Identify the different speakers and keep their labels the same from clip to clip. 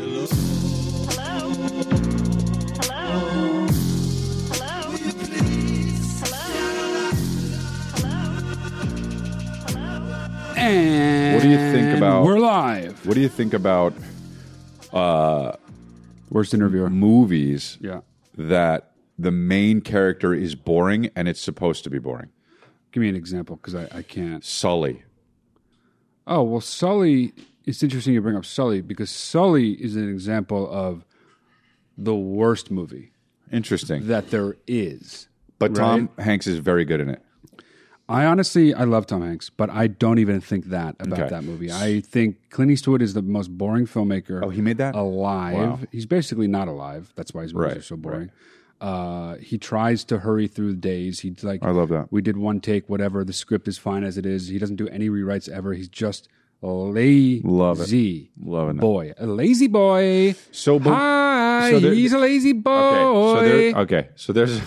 Speaker 1: Hello. Hello. Hello. Hello.
Speaker 2: And
Speaker 3: What do you think about-
Speaker 2: We're live.
Speaker 3: What do you think about uh,
Speaker 2: Worst interviewer.
Speaker 3: movies
Speaker 2: Yeah.
Speaker 3: that the main character is boring and it's supposed to be boring?
Speaker 2: Give me an example because I, I can't.
Speaker 3: Sully.
Speaker 2: Oh, well, Sully. It's interesting you bring up Sully because Sully is an example of the worst movie
Speaker 3: Interesting.
Speaker 2: that there is.
Speaker 3: But Tom Hanks is very good in it.
Speaker 2: I honestly, I love Tom Hanks, but I don't even think that about
Speaker 3: Okay.
Speaker 2: that movie. I think Clint Eastwood is the most boring filmmaker.
Speaker 3: Oh, he made that?
Speaker 2: alive.
Speaker 3: Wow.
Speaker 2: He's basically not alive. That's why his movies
Speaker 3: Right,
Speaker 2: are so boring. Uh, he tries to hurry through days. He like
Speaker 3: I love that.
Speaker 2: We did one take, whatever. The script is fine as it is. He doesn't do any rewrites ever. He's just lazy.
Speaker 3: Love it. Loving that.
Speaker 2: boy, a lazy boy.
Speaker 3: So, but-
Speaker 2: hi,
Speaker 3: so there-
Speaker 2: he's a lazy boy.
Speaker 3: Okay. So, there, okay. so there's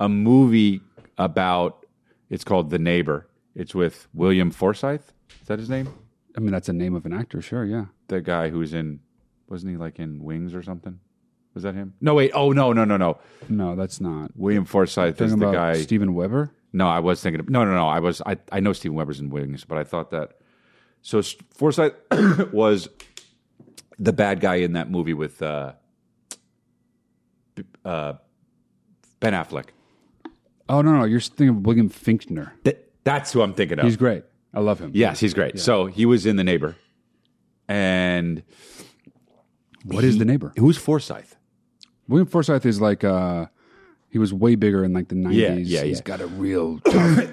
Speaker 3: a movie about, it's called The Neighbor. It's with William Forsythe. Is that his name?
Speaker 2: I mean, that's the name of an actor. Sure, yeah.
Speaker 3: The guy who's in, wasn't he like in Wings or something? Was that him? No, wait. Oh, no, no, no, no.
Speaker 2: No, that's not.
Speaker 3: William Forsythe is
Speaker 2: Talking
Speaker 3: the
Speaker 2: about
Speaker 3: guy.
Speaker 2: Steven Weber.
Speaker 3: No, I was thinking. Of, no, no, no. I was. I, I know Steven Weber's in Wings, but I thought that. So S- Forsyth was the bad guy in that movie with uh, b- uh, Ben Affleck.
Speaker 2: Oh no, no, you're thinking of William Finkner.
Speaker 3: Th- that's who I'm thinking of.
Speaker 2: He's great. I love him.
Speaker 3: Yes, he's great. So he was in The Neighbor, and
Speaker 2: What is the neighbor?
Speaker 3: who's Forsyth?
Speaker 2: William Forsythe is like uh he was way bigger in like the nineties.
Speaker 3: yeah,
Speaker 2: He's
Speaker 3: yeah.
Speaker 2: got a real tough,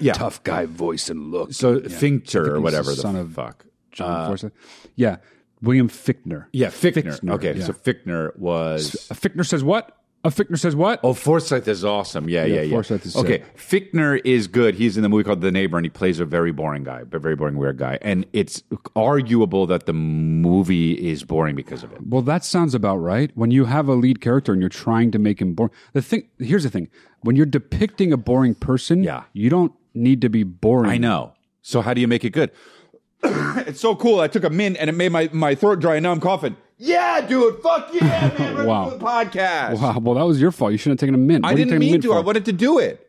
Speaker 3: Yeah.
Speaker 2: tough guy voice and look.
Speaker 3: So
Speaker 2: Yeah.
Speaker 3: Finkter
Speaker 2: he's
Speaker 3: or
Speaker 2: the
Speaker 3: whatever the
Speaker 2: son of-
Speaker 3: fuck. Uh,
Speaker 2: John Forsythe. Yeah. William Fickner.
Speaker 3: Yeah, Fickner.
Speaker 2: Fichtner,
Speaker 3: okay,
Speaker 2: yeah.
Speaker 3: so Fickner was
Speaker 2: A Fickner says what? A Fickner says what?
Speaker 3: Oh, Forsyth is awesome. Yeah, yeah,
Speaker 2: Yeah,
Speaker 3: yeah.
Speaker 2: Forsyth is
Speaker 3: okay. Fichtner is good. He's in the movie called The Neighbor, and he plays a very boring guy, a very boring weird guy. And it's arguable that the movie is boring because of it.
Speaker 2: Well, that sounds about right. When you have a lead character and you're trying to make him boring, the thing here's the thing: when you're depicting a boring person,
Speaker 3: Yeah.
Speaker 2: you don't need to be boring.
Speaker 3: I know. So how do you make it good? it's so cool. I took a mint, and it made my my throat dry, and now I'm coughing. Yeah, dude. Fuck yeah, man. Right
Speaker 2: Wow.
Speaker 3: to the podcast.
Speaker 2: Wow, well, that was your fault. You shouldn't have taken a mint.
Speaker 3: I
Speaker 2: What are you
Speaker 3: didn't
Speaker 2: taking a
Speaker 3: mean
Speaker 2: mint
Speaker 3: to.
Speaker 2: for?
Speaker 3: I wanted to do it.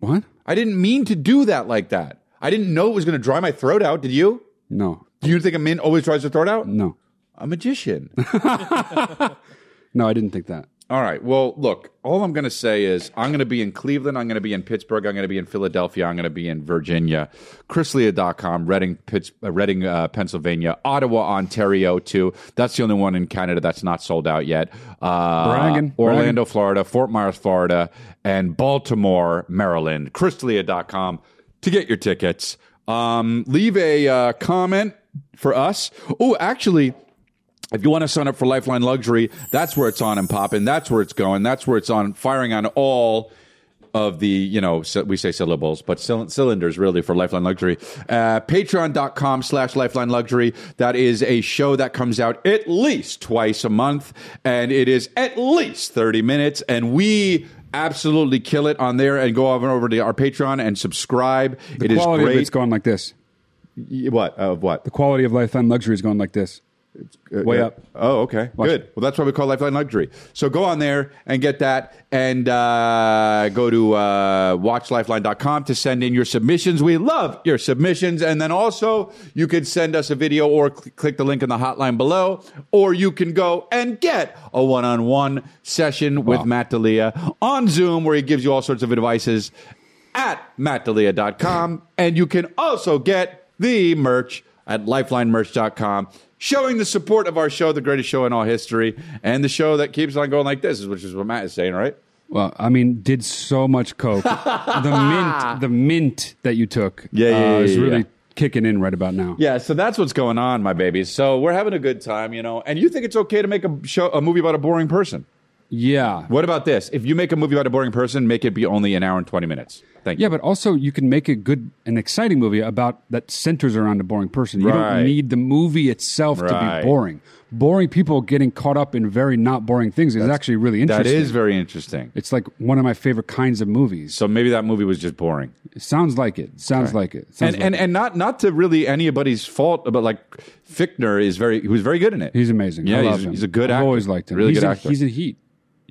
Speaker 2: what?
Speaker 3: I didn't mean to do that like that. I didn't know it was going to dry my throat out. Did you?
Speaker 2: No,
Speaker 3: Do you think a mint always dries the throat out?
Speaker 2: no,
Speaker 3: A magician.
Speaker 2: no. I didn't think that.
Speaker 3: All right. Well, look, all I'm going to say is I'm going to be in Cleveland. I'm going to be in Pittsburgh. I'm going to be in Philadelphia. I'm going to be in Virginia. ChrisLea.com, Reading, Pitts, uh, Reading uh, Pennsylvania, Ottawa, Ontario, too. That's the only one in Canada that's not sold out yet. Uh,
Speaker 2: Bragging,
Speaker 3: Orlando, Florida, Fort Myers, Florida, and Baltimore, Maryland. ChrisLea.com to get your tickets. Um, leave a uh, comment for us. Oh, actually, if you want to sign up for Lifeline Luxury, that's where it's on and popping. That's where it's going. That's where it's on firing on all of the, you know, so we say syllables, but cyl- cylinders really for Lifeline Luxury. Uh, Patreon.com slash Lifeline Luxury. That is a show that comes out at least twice a month and it is at least 30 minutes. And we absolutely kill it on there and go over, over to our Patreon and subscribe. It is
Speaker 2: quality of
Speaker 3: great.
Speaker 2: it's going like this.
Speaker 3: Y- what? Of what?
Speaker 2: The quality of lifetime luxury is going like this. Way
Speaker 3: Yeah.
Speaker 2: up.
Speaker 3: Oh, okay.
Speaker 2: Watch
Speaker 3: Good. Well, that's why we call Lifeline Luxury. So go on there and get that and uh, go to uh, watchlifeline.com to send in your submissions. We love your submissions. And then also, you could send us a video or cl- click the link in the hotline below, or you can go and get a one on one session with Matt D'Elia on Zoom where he gives you all sorts of advices at mattdalia.com. And you can also get the merch at lifelinemerch.com, showing the support of our show, the greatest show in all history, and the show that keeps on going like this, which is what Matt is saying, right?
Speaker 2: Well, I mean, did so much coke. the mint, the mint that you took,
Speaker 3: Yeah, yeah,
Speaker 2: uh,
Speaker 3: yeah,
Speaker 2: is
Speaker 3: yeah,
Speaker 2: really
Speaker 3: yeah.
Speaker 2: kicking in right about now.
Speaker 3: Yeah, so that's what's going on, my babies. So we're having a good time, you know. And you think it's okay to make a show, a movie about a boring person?
Speaker 2: Yeah.
Speaker 3: What about this? If you make a movie about a boring person, make it be only an hour and twenty minutes. Thank you.
Speaker 2: Yeah, but also you can make a good and exciting movie about that centers around a boring person. You
Speaker 3: Right.
Speaker 2: don't need the movie itself to
Speaker 3: Right.
Speaker 2: be boring. Boring people getting caught up in very not boring things is actually really
Speaker 3: that
Speaker 2: interesting.
Speaker 3: is very interesting.
Speaker 2: It's like one of my favorite kinds of movies.
Speaker 3: So maybe that movie was just boring.
Speaker 2: It sounds like it. Sounds like it. Sounds
Speaker 3: and
Speaker 2: like
Speaker 3: and
Speaker 2: it.
Speaker 3: and not not to really anybody's fault, but like Fichtner is very he was very good in it.
Speaker 2: he's amazing.
Speaker 3: Yeah,
Speaker 2: I love
Speaker 3: he's,
Speaker 2: him.
Speaker 3: he's a good
Speaker 2: I've
Speaker 3: actor.
Speaker 2: always liked him.
Speaker 3: Really
Speaker 2: he's
Speaker 3: good
Speaker 2: in,
Speaker 3: actor.
Speaker 2: He's in Heat.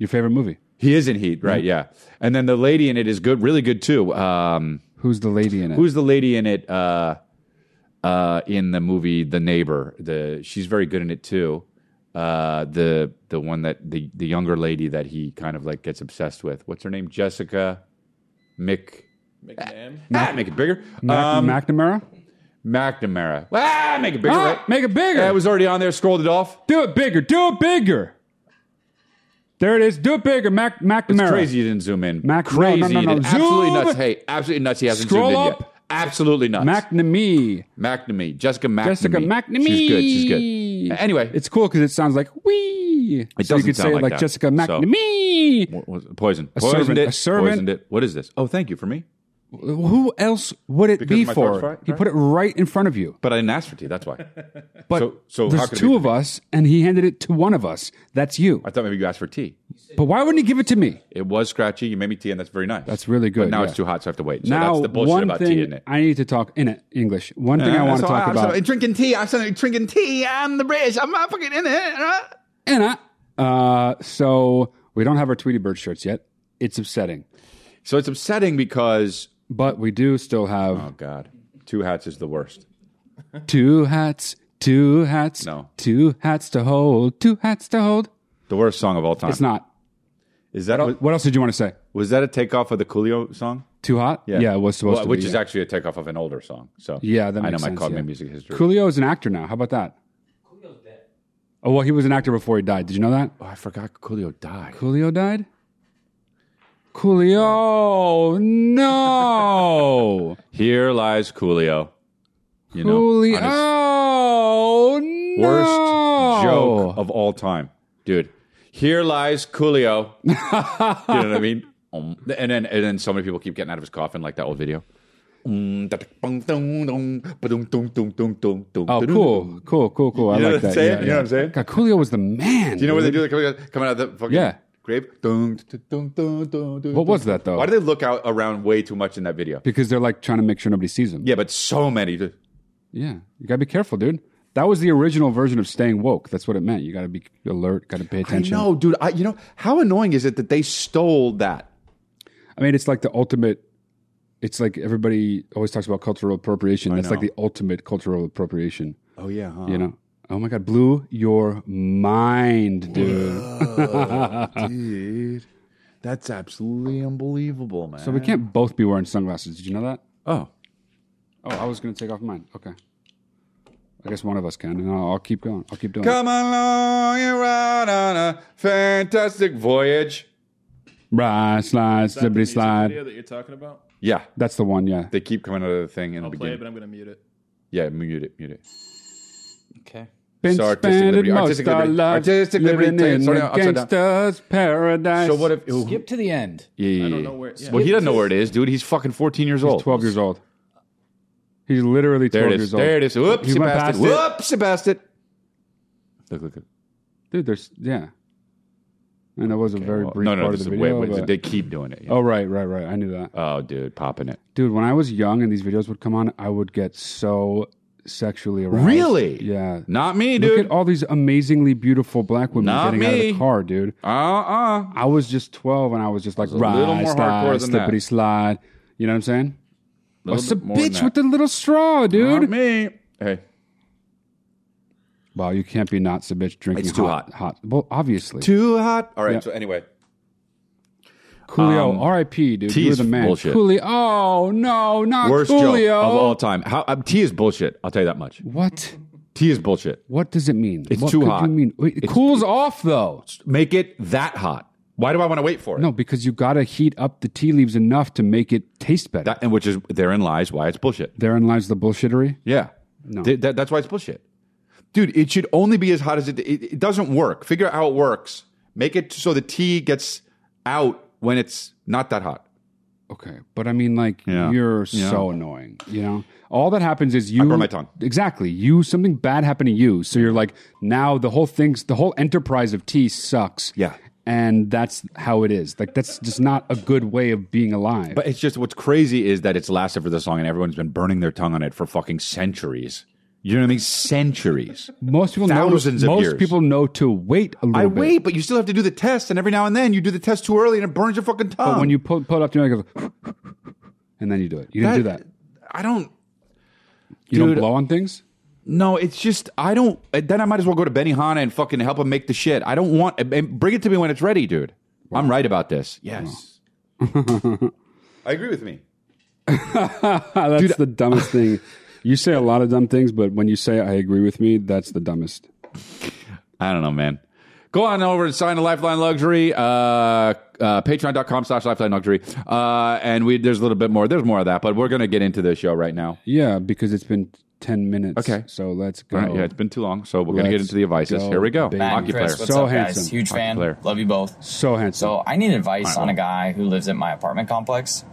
Speaker 2: Your favorite movie?
Speaker 3: he is in Heat, right? Yeah. And then the lady in it is good, really good too. Um,
Speaker 2: Who's the lady in it?
Speaker 3: who's the lady in it? Uh, uh, in the movie The Neighbor, the she's very good in it too. Uh, the the one that the the younger lady that he kind of like gets obsessed with. What's her name? Jessica Mick.
Speaker 4: McNam.
Speaker 3: Ah, make it bigger.
Speaker 2: Mac-
Speaker 3: um,
Speaker 2: McNamara?
Speaker 3: McNamara. Ah, make it bigger.
Speaker 2: Ah,
Speaker 3: right?
Speaker 2: make it bigger.
Speaker 3: Yeah, it was already on there. Scrolled it off.
Speaker 2: Do it bigger. Do it bigger. There it is. Do it bigger, Mac McNamara.
Speaker 3: It's crazy you didn't zoom in.
Speaker 2: Mac-
Speaker 3: crazy.
Speaker 2: no, no,
Speaker 3: you
Speaker 2: no, no.
Speaker 3: didn't- Absolutely
Speaker 2: Zoom!
Speaker 3: nuts. Hey, absolutely nuts. He hasn't
Speaker 2: Scroll
Speaker 3: zoomed in
Speaker 2: up.
Speaker 3: yet. Absolutely nuts.
Speaker 2: McNamee.
Speaker 3: McNamee. Jessica McNamee.
Speaker 2: Jessica McNamee.
Speaker 3: She's good. She's good. Anyway,
Speaker 2: It's cool because it sounds like wee.
Speaker 3: It
Speaker 2: so you
Speaker 3: doesn't sound
Speaker 2: could say
Speaker 3: like
Speaker 2: like
Speaker 3: that.
Speaker 2: Jessica
Speaker 3: So-
Speaker 2: McNamee.
Speaker 3: What was it? poison.
Speaker 2: A
Speaker 3: poisoned
Speaker 2: servant.
Speaker 3: it.
Speaker 2: A servant.
Speaker 3: Poisoned it. What is this? Oh, thank you for me.
Speaker 2: Who else would it
Speaker 3: Because
Speaker 2: be
Speaker 3: my throat's
Speaker 2: for?
Speaker 3: fried,
Speaker 2: He
Speaker 3: right?
Speaker 2: put it right in front of you.
Speaker 3: But I didn't ask for tea. That's why.
Speaker 2: But
Speaker 3: So- so how
Speaker 2: there's
Speaker 3: could it
Speaker 2: two
Speaker 3: be
Speaker 2: of us, and he handed it to one of us. That's you.
Speaker 3: I thought maybe you asked for tea.
Speaker 2: But why wouldn't he give it to me?
Speaker 3: It was scratchy. You made me tea, and that's very nice.
Speaker 2: That's really good,
Speaker 3: But now
Speaker 2: yeah.
Speaker 3: it's too hot, so I have to wait. So
Speaker 2: now,
Speaker 3: that's the bullshit
Speaker 2: one
Speaker 3: about
Speaker 2: thing
Speaker 3: tea in it. Uh-huh. Uh,
Speaker 2: I need to talk in it English. One thing I want to talk about.
Speaker 3: drinking tea. I'm drinking tea. I'm the British. I'm not fucking in it.
Speaker 2: Anna. Uh, so we don't have our Tweety Bird shirts yet. It's upsetting,
Speaker 3: So it's upsetting because
Speaker 2: but we do still have
Speaker 3: oh god, two hats is the worst.
Speaker 2: two hats, two hats,
Speaker 3: No.
Speaker 2: two hats to hold, two hats to hold.
Speaker 3: The worst song of all time.
Speaker 2: It's not.
Speaker 3: Is that was,
Speaker 2: What else did you want to say?
Speaker 3: was that a takeoff of the Coolio song?
Speaker 2: Too hot? it was supposed
Speaker 3: Well,
Speaker 2: to
Speaker 3: which
Speaker 2: be.
Speaker 3: is
Speaker 2: yeah.
Speaker 3: actually a takeoff of an older song. So
Speaker 2: yeah, that
Speaker 3: I know
Speaker 2: makes
Speaker 3: my
Speaker 2: sense,
Speaker 3: called
Speaker 2: yeah.
Speaker 3: my music history.
Speaker 2: Coolio is an actor now. How about that? Coolio's dead. Oh well, he was an actor before he died. Did you know that?
Speaker 3: Oh, I forgot Coolio died.
Speaker 2: Coolio died. Coolio, Oh, no,
Speaker 3: Here lies Coolio. You know,
Speaker 2: Coolio, Oh,
Speaker 3: honest-
Speaker 2: no.
Speaker 3: worst joke of all time, dude. Here lies Coolio. you know what I mean? Um, and then and then so many people keep getting out of his coffin like that old video. Um,
Speaker 2: Oh,
Speaker 3: Oh,
Speaker 2: cool, cool, cool, cool. I
Speaker 3: You know what
Speaker 2: like
Speaker 3: I'm
Speaker 2: that.
Speaker 3: saying?
Speaker 2: Yeah,
Speaker 3: You know what I'm
Speaker 2: yeah.
Speaker 3: saying?
Speaker 2: God, Coolio was the man.
Speaker 3: Do you know what they do? They come coming out of the fucking
Speaker 2: Yeah.
Speaker 3: grave. What
Speaker 2: What was that though?
Speaker 3: Why do they look out around way too much in that video?
Speaker 2: because they're like trying to make sure nobody sees them.
Speaker 3: Yeah, but so many. Just-
Speaker 2: yeah. You gotta be careful, dude. That was the original version of staying woke. That's what it meant. You gotta be alert. Gotta pay
Speaker 3: I
Speaker 2: attention.
Speaker 3: know, dude. I, you know how annoying is it that they stole that?
Speaker 2: I mean, it's like the ultimate. It's like everybody always talks about cultural appropriation. That's like
Speaker 3: know.
Speaker 2: the ultimate cultural appropriation.
Speaker 3: Oh yeah, huh?
Speaker 2: You know. Oh my God, blew your mind, dude.
Speaker 3: Uh, dude. That's absolutely unbelievable, man.
Speaker 2: So we can't both be wearing sunglasses. Did you know that?
Speaker 3: Oh,
Speaker 2: Oh, I was going to take off mine. Okay. I guess one of us can, and I'll, I'll keep going. I'll keep doing it.
Speaker 3: come along and ride on a fantastic voyage.
Speaker 2: Right, slide,
Speaker 4: Is that the
Speaker 2: slippity
Speaker 4: music
Speaker 2: slide.
Speaker 4: video that you're talking about?
Speaker 3: Yeah,
Speaker 2: That's the one, yeah.
Speaker 3: they keep coming out of the thing in
Speaker 4: I'll
Speaker 3: the
Speaker 4: play it,
Speaker 3: beginning.
Speaker 4: but I'm going to mute it.
Speaker 3: Yeah, mute it, mute it.
Speaker 4: Okay.
Speaker 2: Been
Speaker 3: So artistic
Speaker 2: spending
Speaker 3: liberty,
Speaker 2: most
Speaker 3: artistic
Speaker 2: our
Speaker 3: liberty,
Speaker 2: lives
Speaker 3: artistic liberty,
Speaker 2: living
Speaker 3: take-
Speaker 2: in
Speaker 3: sorry,
Speaker 2: a
Speaker 3: upside down.
Speaker 2: gangster's paradise.
Speaker 3: So what if?
Speaker 5: Skip to the end.
Speaker 3: Yeah, yeah,
Speaker 4: I don't
Speaker 3: yeah.
Speaker 4: know where- yeah.
Speaker 3: Well, he doesn't know where it is, dude. He's fucking 14 years old.
Speaker 2: 12 years old. He's literally 12
Speaker 3: There it
Speaker 2: years
Speaker 3: is.
Speaker 2: old.
Speaker 3: There it is. Whoops,
Speaker 2: He
Speaker 3: you
Speaker 2: went
Speaker 3: passed it.
Speaker 2: past it.
Speaker 3: Whoops, you passed it. Look, look, look.
Speaker 2: Dude, there's, yeah. And that was a very
Speaker 3: Well,
Speaker 2: brief
Speaker 3: no, no,
Speaker 2: part
Speaker 3: this
Speaker 2: of
Speaker 3: is
Speaker 2: the
Speaker 3: wait,
Speaker 2: video.
Speaker 3: wait.
Speaker 2: but-
Speaker 3: They keep doing it. yeah.
Speaker 2: oh, right, right, right. I knew that.
Speaker 3: Oh, dude, popping it.
Speaker 2: Dude, when I was young and these videos would come on, I would get so sexually aroused.
Speaker 3: Really?
Speaker 2: Yeah.
Speaker 3: Not me,
Speaker 2: Look
Speaker 3: dude.
Speaker 2: at all these amazingly beautiful black women
Speaker 3: Not
Speaker 2: getting out of
Speaker 3: me.
Speaker 2: the car, dude.
Speaker 3: Uh, uh.
Speaker 2: I was just 12 and I was just like,
Speaker 3: a little
Speaker 2: ride,
Speaker 3: more
Speaker 2: slide,
Speaker 3: hardcore than that.
Speaker 2: slippity slide. You know what I'm saying? What's a
Speaker 3: bit more than
Speaker 2: bitch
Speaker 3: that.
Speaker 2: with the little straw, dude?
Speaker 3: Not me. Hey,
Speaker 2: Wow, you can't be not so bitch drinking
Speaker 3: It's too
Speaker 2: hot, hot. Well, obviously.
Speaker 3: too hot. All right. So anyway, um,
Speaker 2: Coolio, R.I.P., dude.
Speaker 3: tea
Speaker 2: You were
Speaker 3: is
Speaker 2: the man.
Speaker 3: bullshit.
Speaker 2: Coolio. Oh, no, not
Speaker 3: worst
Speaker 2: Coolio.
Speaker 3: joke of all time. How um, tea is bullshit. I'll tell you that much.
Speaker 2: What?
Speaker 3: Tea is bullshit.
Speaker 2: What does it mean?
Speaker 3: It's
Speaker 2: what
Speaker 3: too
Speaker 2: could
Speaker 3: hot.
Speaker 2: You mean? Wait, it
Speaker 3: It's-
Speaker 2: cools off, though.
Speaker 3: Make it that hot. Why do I want to wait for it?
Speaker 2: No, because you got to heat up the tea leaves enough to make it taste better.
Speaker 3: That, and which is therein lies why it's bullshit.
Speaker 2: Therein lies the bullshittery.
Speaker 3: Yeah. Th- that- that's why it's bullshit. Dude, it should only be as hot as it, it it doesn't work. Figure out how it works. Make it so the tea gets out when it's not that hot.
Speaker 2: Okay, but I mean, like,
Speaker 3: Yeah.
Speaker 2: you're
Speaker 3: Yeah.
Speaker 2: so annoying. You know, all that happens is you.
Speaker 3: burn my tongue.
Speaker 2: Exactly, you something bad happened to you, so you're like, now the whole thing's the whole enterprise of tea sucks.
Speaker 3: Yeah.
Speaker 2: and that's how it is. Like, that's just not a good way of being alive.
Speaker 3: But it's just what's crazy is that it's lasted for this long and everyone's been burning their tongue on it for fucking centuries. You know what I mean? Centuries.
Speaker 2: most people
Speaker 3: Thousands
Speaker 2: know,
Speaker 3: of
Speaker 2: most
Speaker 3: years.
Speaker 2: people know to wait a little
Speaker 3: I
Speaker 2: bit.
Speaker 3: wait, but you still have to do the test, and every now and then you do the test too early and it burns your fucking tongue.
Speaker 2: But when you pull, pull it up to your go, and then you do it. You didn't do that.
Speaker 3: I don't.
Speaker 2: You don't
Speaker 3: Dude.
Speaker 2: blow on things.
Speaker 3: No, it's just I don't. uh, Then I might as well go to Benihana and fucking help him make the shit. I don't want. And bring it to me when it's ready, dude. I'm right about this. Yes, I agree with me.
Speaker 2: That's the dumbest thing. You say a lot of dumb things, but when you say I agree with me, that's the dumbest.
Speaker 3: I don't know, man. Go on over and sign to Lifeline Luxury, uh, uh, patreon.com slash Lifeline Luxury. Uh, and we there's a little bit more. There's more of that, but we're going to get into the show right now.
Speaker 2: Yeah, because it's been ten minutes.
Speaker 3: Okay.
Speaker 2: so let's go.
Speaker 3: All right, yeah, it's been too long, so we're going to get
Speaker 2: Let's
Speaker 3: into the advices.
Speaker 2: go,
Speaker 3: Here we go.
Speaker 2: baby.
Speaker 5: Matt
Speaker 3: Hockey
Speaker 5: and Chris,
Speaker 3: player.
Speaker 5: what's
Speaker 2: So
Speaker 5: up,
Speaker 2: handsome.
Speaker 5: guys? Huge fan.
Speaker 3: player.
Speaker 5: Love you both.
Speaker 2: so handsome.
Speaker 5: So I need advice on a guy who lives at my apartment complex.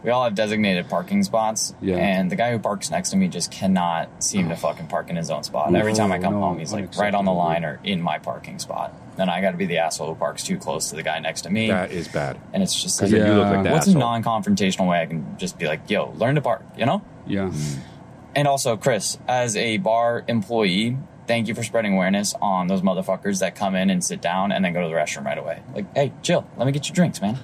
Speaker 5: We all have designated parking spots,
Speaker 2: Yeah. Oh.
Speaker 5: and the guy who parks next to me just cannot seem to fucking park in his own spot. Every time I come
Speaker 2: no,
Speaker 5: home, he's like right on the line or in my parking spot. Then I got to be the asshole who parks too close to the guy next to me,
Speaker 3: That is bad.
Speaker 5: and it's just
Speaker 3: Because
Speaker 5: like,
Speaker 3: then you look
Speaker 2: Yeah.
Speaker 3: like that.
Speaker 5: what's
Speaker 3: asshole.
Speaker 5: a non-confrontational way I can just be like, "Yo, learn to park," you know?
Speaker 2: yeah,
Speaker 5: And also, Chris, as a bar employee, thank you for spreading awareness on those motherfuckers that come in and sit down and then go to the restroom right away. Like, hey, chill. Let me get you drinks, man.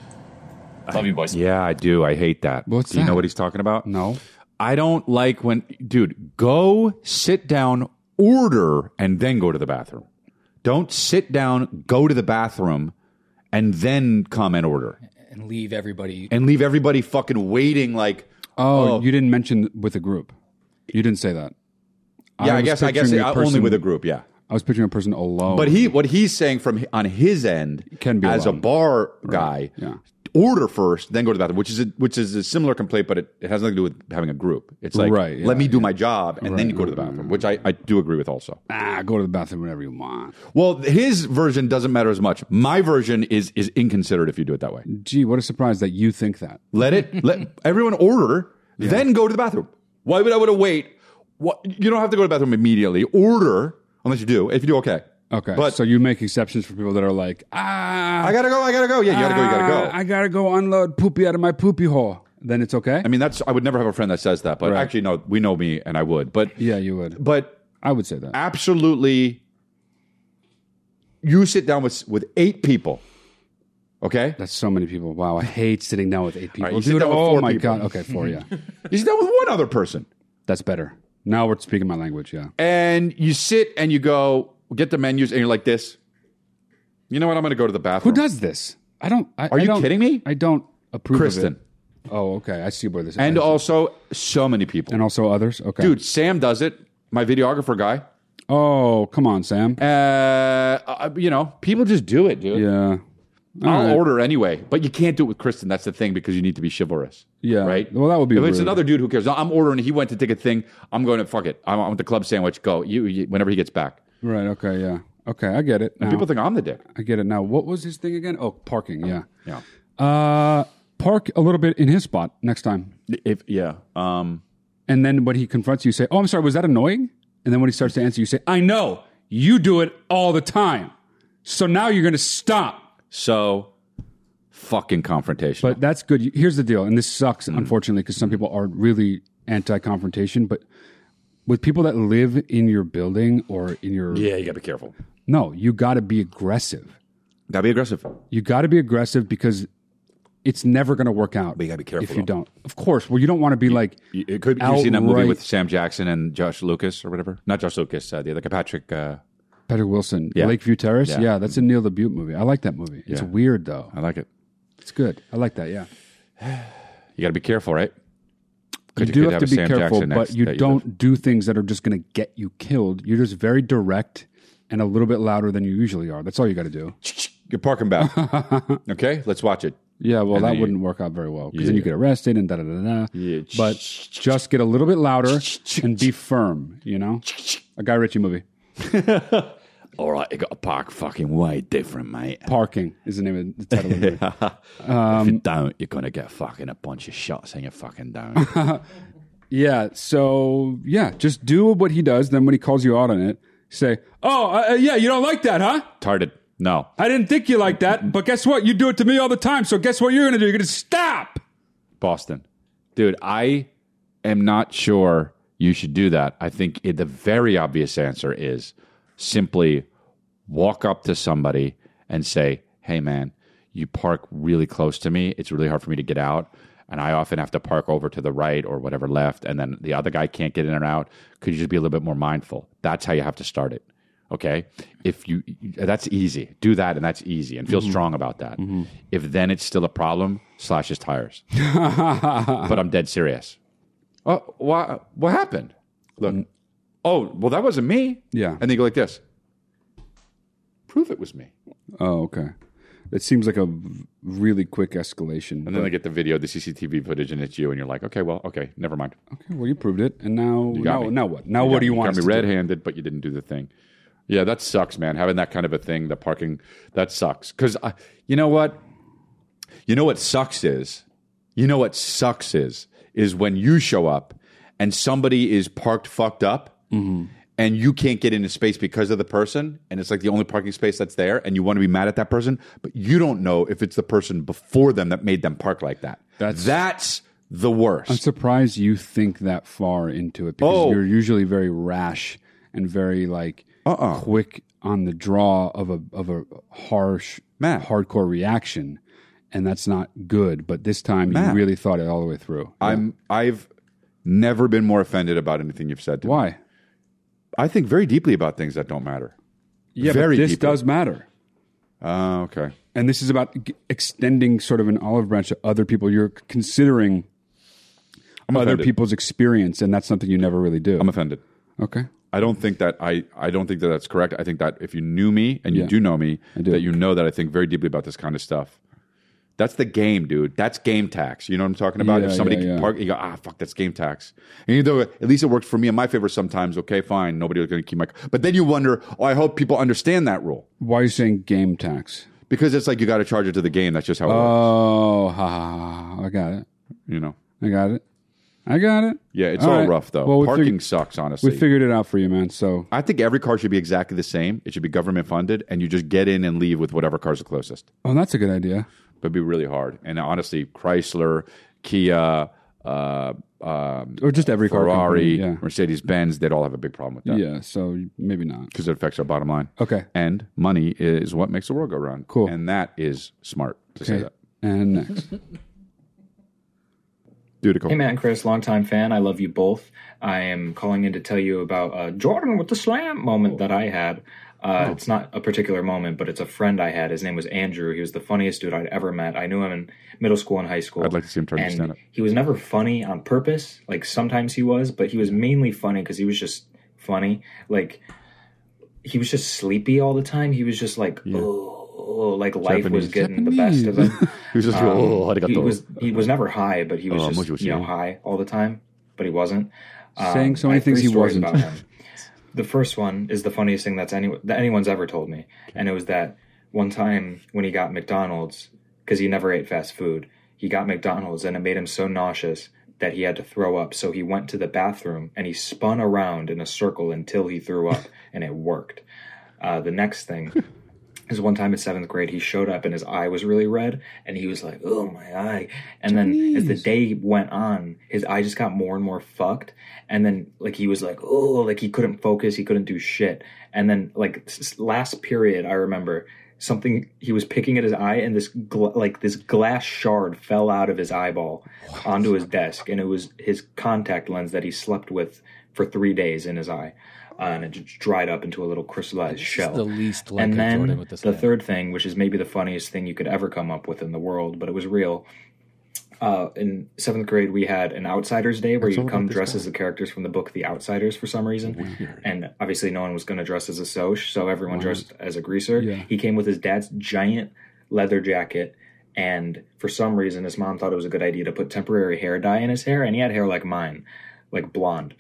Speaker 5: Love you, boys.
Speaker 3: Yeah, I do. I hate that.
Speaker 2: What's
Speaker 3: do you
Speaker 2: that?
Speaker 3: know what he's talking about?
Speaker 2: No.
Speaker 3: I don't like when dude, go sit down, order, and then go to the bathroom. Don't sit down, go to the bathroom, and then come and order.
Speaker 6: and leave everybody.
Speaker 3: And leave everybody fucking waiting like
Speaker 2: Oh, you didn't mention with a group. You didn't say that.
Speaker 3: Yeah, I,
Speaker 2: was
Speaker 3: guess I guess
Speaker 2: picturing a
Speaker 3: uh, only
Speaker 2: person-
Speaker 3: with a group, yeah.
Speaker 2: I was picturing a person alone.
Speaker 3: But he what he's saying from on his end
Speaker 2: Can be
Speaker 3: as
Speaker 2: alone.
Speaker 3: a bar guy,
Speaker 2: Yeah.
Speaker 3: order first, then go to the bathroom, which is a, which is a similar complaint, but it, it has nothing to do with having a group. It's like
Speaker 2: Right, yeah,
Speaker 3: let me do my job and then you go to the bathroom, which I, I do agree with also.
Speaker 2: ah, go to the bathroom whenever you want.
Speaker 3: Well, his version doesn't matter as much. My version is is inconsiderate if you do it that way.
Speaker 2: Gee, what a surprise that you think that.
Speaker 3: Let it let everyone order, then go to the bathroom. Why would I want to wait? What, you don't have to go to the bathroom immediately. Order unless you do. If you do, okay.
Speaker 2: Okay,
Speaker 3: But-
Speaker 2: so you make exceptions for people that are like, ah,
Speaker 3: I gotta go. I gotta go. Yeah, you gotta go. You gotta
Speaker 2: ah,
Speaker 3: go.
Speaker 2: I gotta go unload poopy out of my poopy hole. Then it's okay.
Speaker 3: I mean, that's I would never have a friend that says that, but
Speaker 2: Right.
Speaker 3: actually, no, we know me, and I would. But
Speaker 2: yeah, you would.
Speaker 3: but
Speaker 2: I would say that.
Speaker 3: absolutely, you sit down with with eight people. Okay,
Speaker 2: That's so many people. Wow, I hate sitting down with eight people.
Speaker 3: you sit
Speaker 2: Dude,
Speaker 3: down with
Speaker 2: oh
Speaker 3: four
Speaker 2: my
Speaker 3: people.
Speaker 2: god. Okay, four. Yeah,
Speaker 3: you sit down with one other person.
Speaker 2: that's better. Now we're speaking my language. Yeah.
Speaker 3: and you sit and you go get the menus and you're like this. You know what? I'm going to go to the
Speaker 2: Who
Speaker 3: bathroom.
Speaker 2: does this? I don't. I,
Speaker 3: Are
Speaker 2: I
Speaker 3: you
Speaker 2: don't-
Speaker 3: kidding me?
Speaker 2: I don't approve
Speaker 3: Kristen
Speaker 2: of it. Oh, okay. I see where this
Speaker 3: and
Speaker 2: is.
Speaker 3: also so many people.
Speaker 2: and also others. Okay,
Speaker 3: Dude, Sam does it. My videographer guy.
Speaker 2: Oh, come on, Sam.
Speaker 3: Uh, uh, you know, people just do it, dude.
Speaker 2: yeah.
Speaker 3: I'll order anyway, but you can't do it with Kristen. That's the thing because you need to be chivalrous.
Speaker 2: Yeah.
Speaker 3: Right.
Speaker 2: Well, that would be
Speaker 3: If it's
Speaker 2: rude.
Speaker 3: another dude, who cares? I'm ordering. He went to take a thing. I'm going to fuck it. I want the club sandwich. Go. You, you whenever he gets back.
Speaker 2: Right. Okay. Yeah. Okay. I get it. Now.
Speaker 3: People think I'm the dick.
Speaker 2: I get it now. What was his thing again? Oh, parking. Yeah.
Speaker 3: Yeah.
Speaker 2: Uh, park a little bit in his spot next time,
Speaker 3: If yeah. Um.
Speaker 2: and then when he confronts you, say, "Oh, I'm sorry. Was that annoying?" And then when he starts to answer, you say, "I know. You do it all the time. So now you're going to stop."
Speaker 3: So fucking confrontational. Mm.
Speaker 2: But that's good. You- Here's the deal, and this sucks, unfortunately, because some people are really anti-confrontation. But with people that live in your building or in your
Speaker 3: Yeah, you gotta be careful.
Speaker 2: no, you got to be aggressive.
Speaker 3: Gotta be aggressive.
Speaker 2: You got to be aggressive because it's never going to work out. But
Speaker 3: you gotta be careful,
Speaker 2: if you
Speaker 3: though.
Speaker 2: don't. Of course. Well, you don't want to be like
Speaker 3: It could you've seen that movie
Speaker 2: outright
Speaker 3: with Sam Jackson and Josh Lucas or whatever? Not Josh Lucas, uh, the other guy, Patrick. Uh,
Speaker 2: Patrick Wilson,
Speaker 3: Yeah.
Speaker 2: Lakeview Terrace.
Speaker 3: Yeah.
Speaker 2: Yeah. that's a Neil LaBute movie. I like that movie. It's
Speaker 3: Yeah.
Speaker 2: weird though.
Speaker 3: I like it.
Speaker 2: It's good. I like that. Yeah.
Speaker 3: You gotta be careful, right? 'Cause
Speaker 2: You do
Speaker 3: could
Speaker 2: have to
Speaker 3: a
Speaker 2: be
Speaker 3: Sam
Speaker 2: careful,
Speaker 3: Jackson
Speaker 2: but
Speaker 3: next
Speaker 2: you
Speaker 3: that
Speaker 2: don't
Speaker 3: live-
Speaker 2: do things that are just going to get you killed. You're just very direct and a little bit louder than you usually are. That's all you got to do.
Speaker 3: You, You're parking back. okay, let's watch it.
Speaker 2: Yeah, well,
Speaker 3: And
Speaker 2: that
Speaker 3: then you-
Speaker 2: wouldn't work out very well because then you
Speaker 3: Yeah.
Speaker 2: get arrested and da da da da.
Speaker 3: Yeah.
Speaker 2: But just get a little bit louder and be firm. You know, a Guy Ritchie movie.
Speaker 3: All right, you got to park fucking way different, mate.
Speaker 2: Parking is the name of the title. Of the movie. Um,
Speaker 3: if you don't, you're gonna get fucking a bunch of shots in your fucking down.
Speaker 2: Yeah. So yeah, just do what he does. Then when he calls you out on it, say, "Oh, uh, uh, yeah, you don't like that, huh?
Speaker 3: Retarded. No.
Speaker 2: I didn't think you liked that, but guess what? You do it to me all the time. So guess what you're gonna do? You're gonna stop."
Speaker 3: Boston. Dude, I am not sure you should do that. I think it, the very obvious answer is simply walk up to somebody and say, Hey, man, you park really close to me. It's really hard for me to get out. And I often have to park over to the right or whatever left. And then the other guy can't get in or out. Could you just be a little bit more mindful? That's how you have to start it. Okay. If you, that's easy. Do that and that's easy and feel strong about that. If then it's still a problem, slash his tires but I'm dead serious. Oh, why, what happened? Look, oh, well, that wasn't me.
Speaker 2: Yeah.
Speaker 3: And they go like this prove it was me.
Speaker 2: Oh, okay. That seems like a v- really quick escalation.
Speaker 3: And then they get the video, the CCTV footage, and it's you, and you're like, okay, well, okay, never mind.
Speaker 2: okay, well, you proved it, and now
Speaker 3: got
Speaker 2: now,
Speaker 3: me.
Speaker 2: now what? Now what do you want?
Speaker 3: Got
Speaker 2: us
Speaker 3: me
Speaker 2: to do?
Speaker 3: red handed, but you didn't do the thing. Yeah, that sucks, man. Having that kind of a thing, the parking, that sucks. Because you know what? You know what sucks is? You know what sucks is? Is when you show up and somebody is parked fucked up
Speaker 2: Mm-hmm.
Speaker 3: and you can't get into space because of the person and it's like the only parking space that's there and you want to be mad at that person, but you don't know if it's the person before them that made them park like that.
Speaker 2: That's-
Speaker 3: that's the worst.
Speaker 2: I'm surprised you think that far into it because
Speaker 3: Oh.
Speaker 2: you're usually very rash and very like
Speaker 3: Uh-uh.
Speaker 2: quick on the draw of a of a harsh
Speaker 3: Matt.
Speaker 2: hardcore reaction, and that's not good. But this time
Speaker 3: Matt.
Speaker 2: you really thought it all the way through.
Speaker 3: I'm I've never been more offended about anything you've said to me.
Speaker 2: Why?
Speaker 3: I think very deeply about things that don't matter.
Speaker 2: Yeah,
Speaker 3: Very
Speaker 2: but this
Speaker 3: deeply.
Speaker 2: does matter,
Speaker 3: Oh, okay.
Speaker 2: and this is about g- extending sort of an olive branch to other people. You're considering
Speaker 3: I'm
Speaker 2: other
Speaker 3: offended.
Speaker 2: people's experience, and that's something you never really do.
Speaker 3: I'm offended.
Speaker 2: okay.
Speaker 3: I don't think that I, I don't think that that's correct. I think that if you knew me and
Speaker 2: Yeah.
Speaker 3: you do know me,
Speaker 2: do.
Speaker 3: that you know that I think very deeply about this kind of stuff. That's the game, dude. That's game tax. You know what I'm talking about?
Speaker 2: Yeah,
Speaker 3: if somebody
Speaker 2: yeah, yeah.
Speaker 3: park, you go, ah, fuck, that's game tax. And you know, at least it works for me in my favor sometimes. Okay, fine. Nobody's going to keep my. But then you wonder, oh, I hope people understand that rule
Speaker 2: Why are you saying game tax?
Speaker 3: because it's like you got to charge it to the game. That's just how it works.
Speaker 2: Oh, ha, ha, ha, ha. I got it.
Speaker 3: You know.
Speaker 2: I got it. I got it.
Speaker 3: Yeah, it's all,
Speaker 2: right.
Speaker 3: rough though.
Speaker 2: Well, we
Speaker 3: Parking
Speaker 2: figured-
Speaker 3: sucks, honestly.
Speaker 2: We figured it out for you, man. So
Speaker 3: I think every car should be exactly the same. It should be government funded, and you just get in and leave with whatever car's the closest.
Speaker 2: oh, that's a good idea.
Speaker 3: But it'd be really hard. And honestly, Chrysler, Kia, uh, um,
Speaker 2: Or just every car
Speaker 3: Ferrari,
Speaker 2: company,
Speaker 3: Mercedes Benz, they'd all have a big problem with
Speaker 2: Yeah.
Speaker 3: that
Speaker 2: yeah. So maybe not.
Speaker 3: because it affects our bottom line.
Speaker 2: Okay.
Speaker 3: And money is what makes the world go round.
Speaker 2: Cool.
Speaker 3: And that is smart to say
Speaker 2: Okay.
Speaker 3: that.
Speaker 2: And next.
Speaker 3: Dude,
Speaker 6: Hey, Matt and Chris, longtime fan. I love you both. I am calling in to tell you about uh, Jordan with the slam moment that I had.
Speaker 3: Oh.
Speaker 6: Uh, It's not a particular moment, but it's a friend I had. His name was Andrew. He was the funniest dude I'd ever met. I knew him in middle school and high school.
Speaker 3: I'd like to see him try to
Speaker 6: and
Speaker 3: stand up.
Speaker 6: He was never funny on purpose. Like sometimes he was, but he was mainly funny because he was just funny. Like he was just sleepy all the time. He was just like, oh, oh, like life
Speaker 3: Japanese.
Speaker 6: was getting the best of him. Um,
Speaker 3: he was just, oh, arigato."
Speaker 6: he was he was never high, but he was
Speaker 3: Oh,
Speaker 6: just
Speaker 3: mojo
Speaker 6: you know
Speaker 3: shiro.
Speaker 6: high all the time, but he wasn't. Um,
Speaker 2: Saying so many
Speaker 6: I have
Speaker 2: things
Speaker 6: three
Speaker 2: he
Speaker 6: stories
Speaker 2: wasn't.
Speaker 6: him. the first one is the funniest thing that's any that anyone's ever told me, and it was that one time when he got McDonald's because he never ate fast food. He got McDonald's and it made him so nauseous that he had to throw up. So he went to the bathroom and he spun around in a circle until he threw up, and it worked. Uh, the next thing is one time in seventh grade he showed up and his eye was really red and he was like oh my eye and then as the day went on his eye just got more and more fucked and then like he was like oh like he couldn't focus he couldn't do shit and then like s- s- last period i remember something he was picking at his eye and this gla- like this glass shard fell out of his eyeball onto his desk and it was his contact lens that he slept with for three days in his eye uh, and it just dried up into a little crystallized shell
Speaker 7: the least like
Speaker 6: and
Speaker 7: a
Speaker 6: then
Speaker 7: Jordan with the
Speaker 6: the
Speaker 7: slam.
Speaker 6: third thing, which is maybe the funniest thing you could ever come up with in the world, but it was real. uh, in seventh grade we had an Outsiders Day where
Speaker 3: What's
Speaker 6: you
Speaker 3: all
Speaker 6: come
Speaker 3: about this
Speaker 6: dress
Speaker 3: guy?
Speaker 6: as the characters from the book The Outsiders for some reason. And obviously no one was going to dress as a Soch, so everyone dressed as a greaser.
Speaker 2: Yeah.
Speaker 6: He came with his dad's giant leather jacket. And for some reason, his mom thought it was a good idea to put temporary hair dye in his hair, and he had hair like mine, like blonde.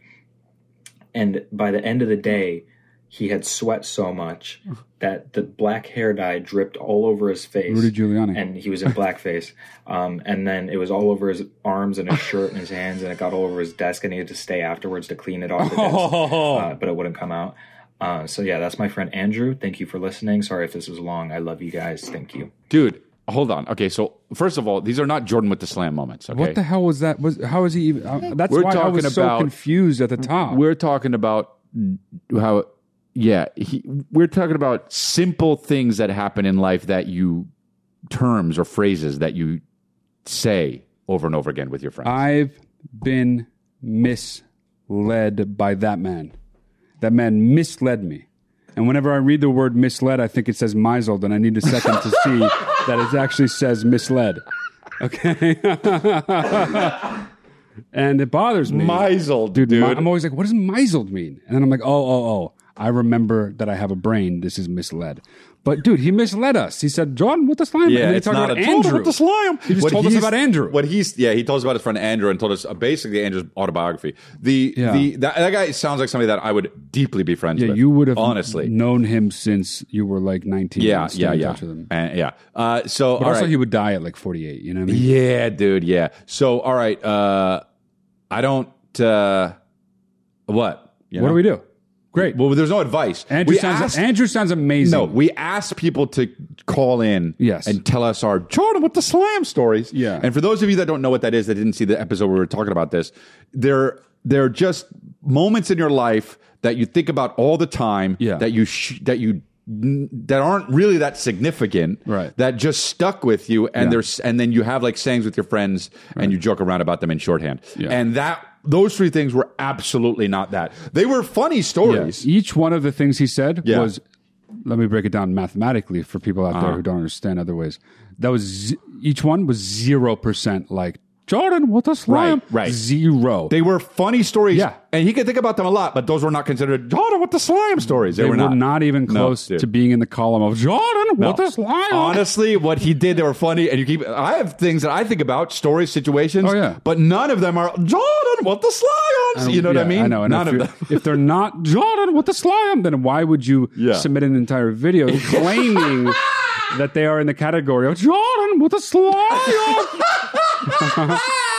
Speaker 6: And by the end of the day, he had sweat so much that the black hair dye dripped all over his face
Speaker 2: Rudy Giuliani.
Speaker 6: and he was in blackface. Um, and then it was all over his arms and his shirt and his hands, and it got all over his desk. And he had to stay afterwards to clean it off
Speaker 2: Oh,
Speaker 6: the desk,
Speaker 3: Oh.
Speaker 6: uh, but it wouldn't come out. Uh, so yeah, that's my friend Andrew. Thank you for listening. Sorry if this was long. I love you guys. Thank you.
Speaker 3: Dude, hold on. Okay, so first of all, these are not Jordan with the slam moments. Okay,
Speaker 2: What the hell was that? Was how is he even? Uh, that's
Speaker 3: We're
Speaker 2: why I was
Speaker 3: talking
Speaker 2: so
Speaker 3: about-
Speaker 2: confused at the top.
Speaker 3: we're talking about how yeah he, we're talking about simple things that happen in life that you terms or phrases that you say over and over again with your friends
Speaker 2: I've been misled by that man. That man misled me. And whenever I read the word misled, I think it says misled, and I need a second to see that it actually says misled. Okay. and it bothers me.
Speaker 3: misled dude,
Speaker 2: Mi- I'm always like, what does misled mean? And then I'm like, oh, oh, oh. I remember that I have a brain. This is misled. But dude, he misled us. He said, John, what the slime?
Speaker 3: yeah,
Speaker 2: and they
Speaker 3: it's
Speaker 2: talked
Speaker 3: not
Speaker 2: about
Speaker 3: a
Speaker 2: Andrew.
Speaker 3: Told us about the slime.
Speaker 2: He just told us
Speaker 3: he's-
Speaker 2: about Andrew.
Speaker 3: What he's yeah, he told us about his friend Andrew and told us uh, basically Andrew's autobiography. The
Speaker 2: Yeah.
Speaker 3: the that, that guy sounds like somebody that I would deeply be friends
Speaker 2: Yeah,
Speaker 3: with.
Speaker 2: you would have
Speaker 3: honestly.
Speaker 2: known him since you were like 19.
Speaker 3: yeah,
Speaker 2: and stayed
Speaker 3: yeah,
Speaker 2: in
Speaker 3: yeah,
Speaker 2: touch with him.
Speaker 3: and, yeah. Uh, so
Speaker 2: But
Speaker 3: all
Speaker 2: also,
Speaker 3: right.
Speaker 2: he would die at like 48. You know what I mean?
Speaker 3: Yeah, dude. Yeah. So, all right. Uh, I don't. Uh, what? You
Speaker 2: What
Speaker 3: know?
Speaker 2: do we do? Great.
Speaker 3: Well, there's no advice.
Speaker 2: Andrew
Speaker 3: we
Speaker 2: sounds.
Speaker 3: asked-
Speaker 2: Andrew sounds amazing.
Speaker 3: no, we asked people to call in
Speaker 2: Yes.
Speaker 3: and tell us our Jordan with the slam stories.
Speaker 2: Yeah.
Speaker 3: And for those of you that don't know what that is, that didn't see the episode where we were talking about this, they're, they're just moments in your life that you think about all the time
Speaker 2: Yeah.
Speaker 3: that you, sh- that you, that aren't really that significant
Speaker 2: Right.
Speaker 3: that just stuck with you and
Speaker 2: Yeah.
Speaker 3: there's and then you have like sayings with your friends and you joke around about them in shorthand
Speaker 2: Yeah.
Speaker 3: and that those three things were absolutely not that they were funny
Speaker 2: Yeah.
Speaker 3: stories
Speaker 2: Each one of the things he said
Speaker 3: Yeah. Ah.
Speaker 2: was. Let me break it down mathematically for people out there who don't understand other ways. That was z- each one was zero percent like Jordan with a slam.
Speaker 3: Right, right.
Speaker 2: Zero.
Speaker 3: They were funny stories.
Speaker 2: Yeah.
Speaker 3: And he could think about them a lot, but those were not considered Jordan with the slime stories. They,
Speaker 2: They were not, even
Speaker 3: No,
Speaker 2: close
Speaker 3: dude.
Speaker 2: to being in the column of Jordan
Speaker 3: No.
Speaker 2: with a slam.
Speaker 3: Honestly, what he did, they were funny. And you keep, I have things that I think about, stories, situations,
Speaker 2: Oh, yeah.
Speaker 3: but none of them are Jordan with the slimes. You know what
Speaker 2: Yeah,
Speaker 3: I mean?
Speaker 2: I know. And
Speaker 3: None
Speaker 2: if
Speaker 3: of
Speaker 2: you're-
Speaker 3: them.
Speaker 2: if they're not Jordan with the slam, then why would you
Speaker 3: Yeah.
Speaker 2: submit an entire video claiming that they are in the category of Jordan with the slam?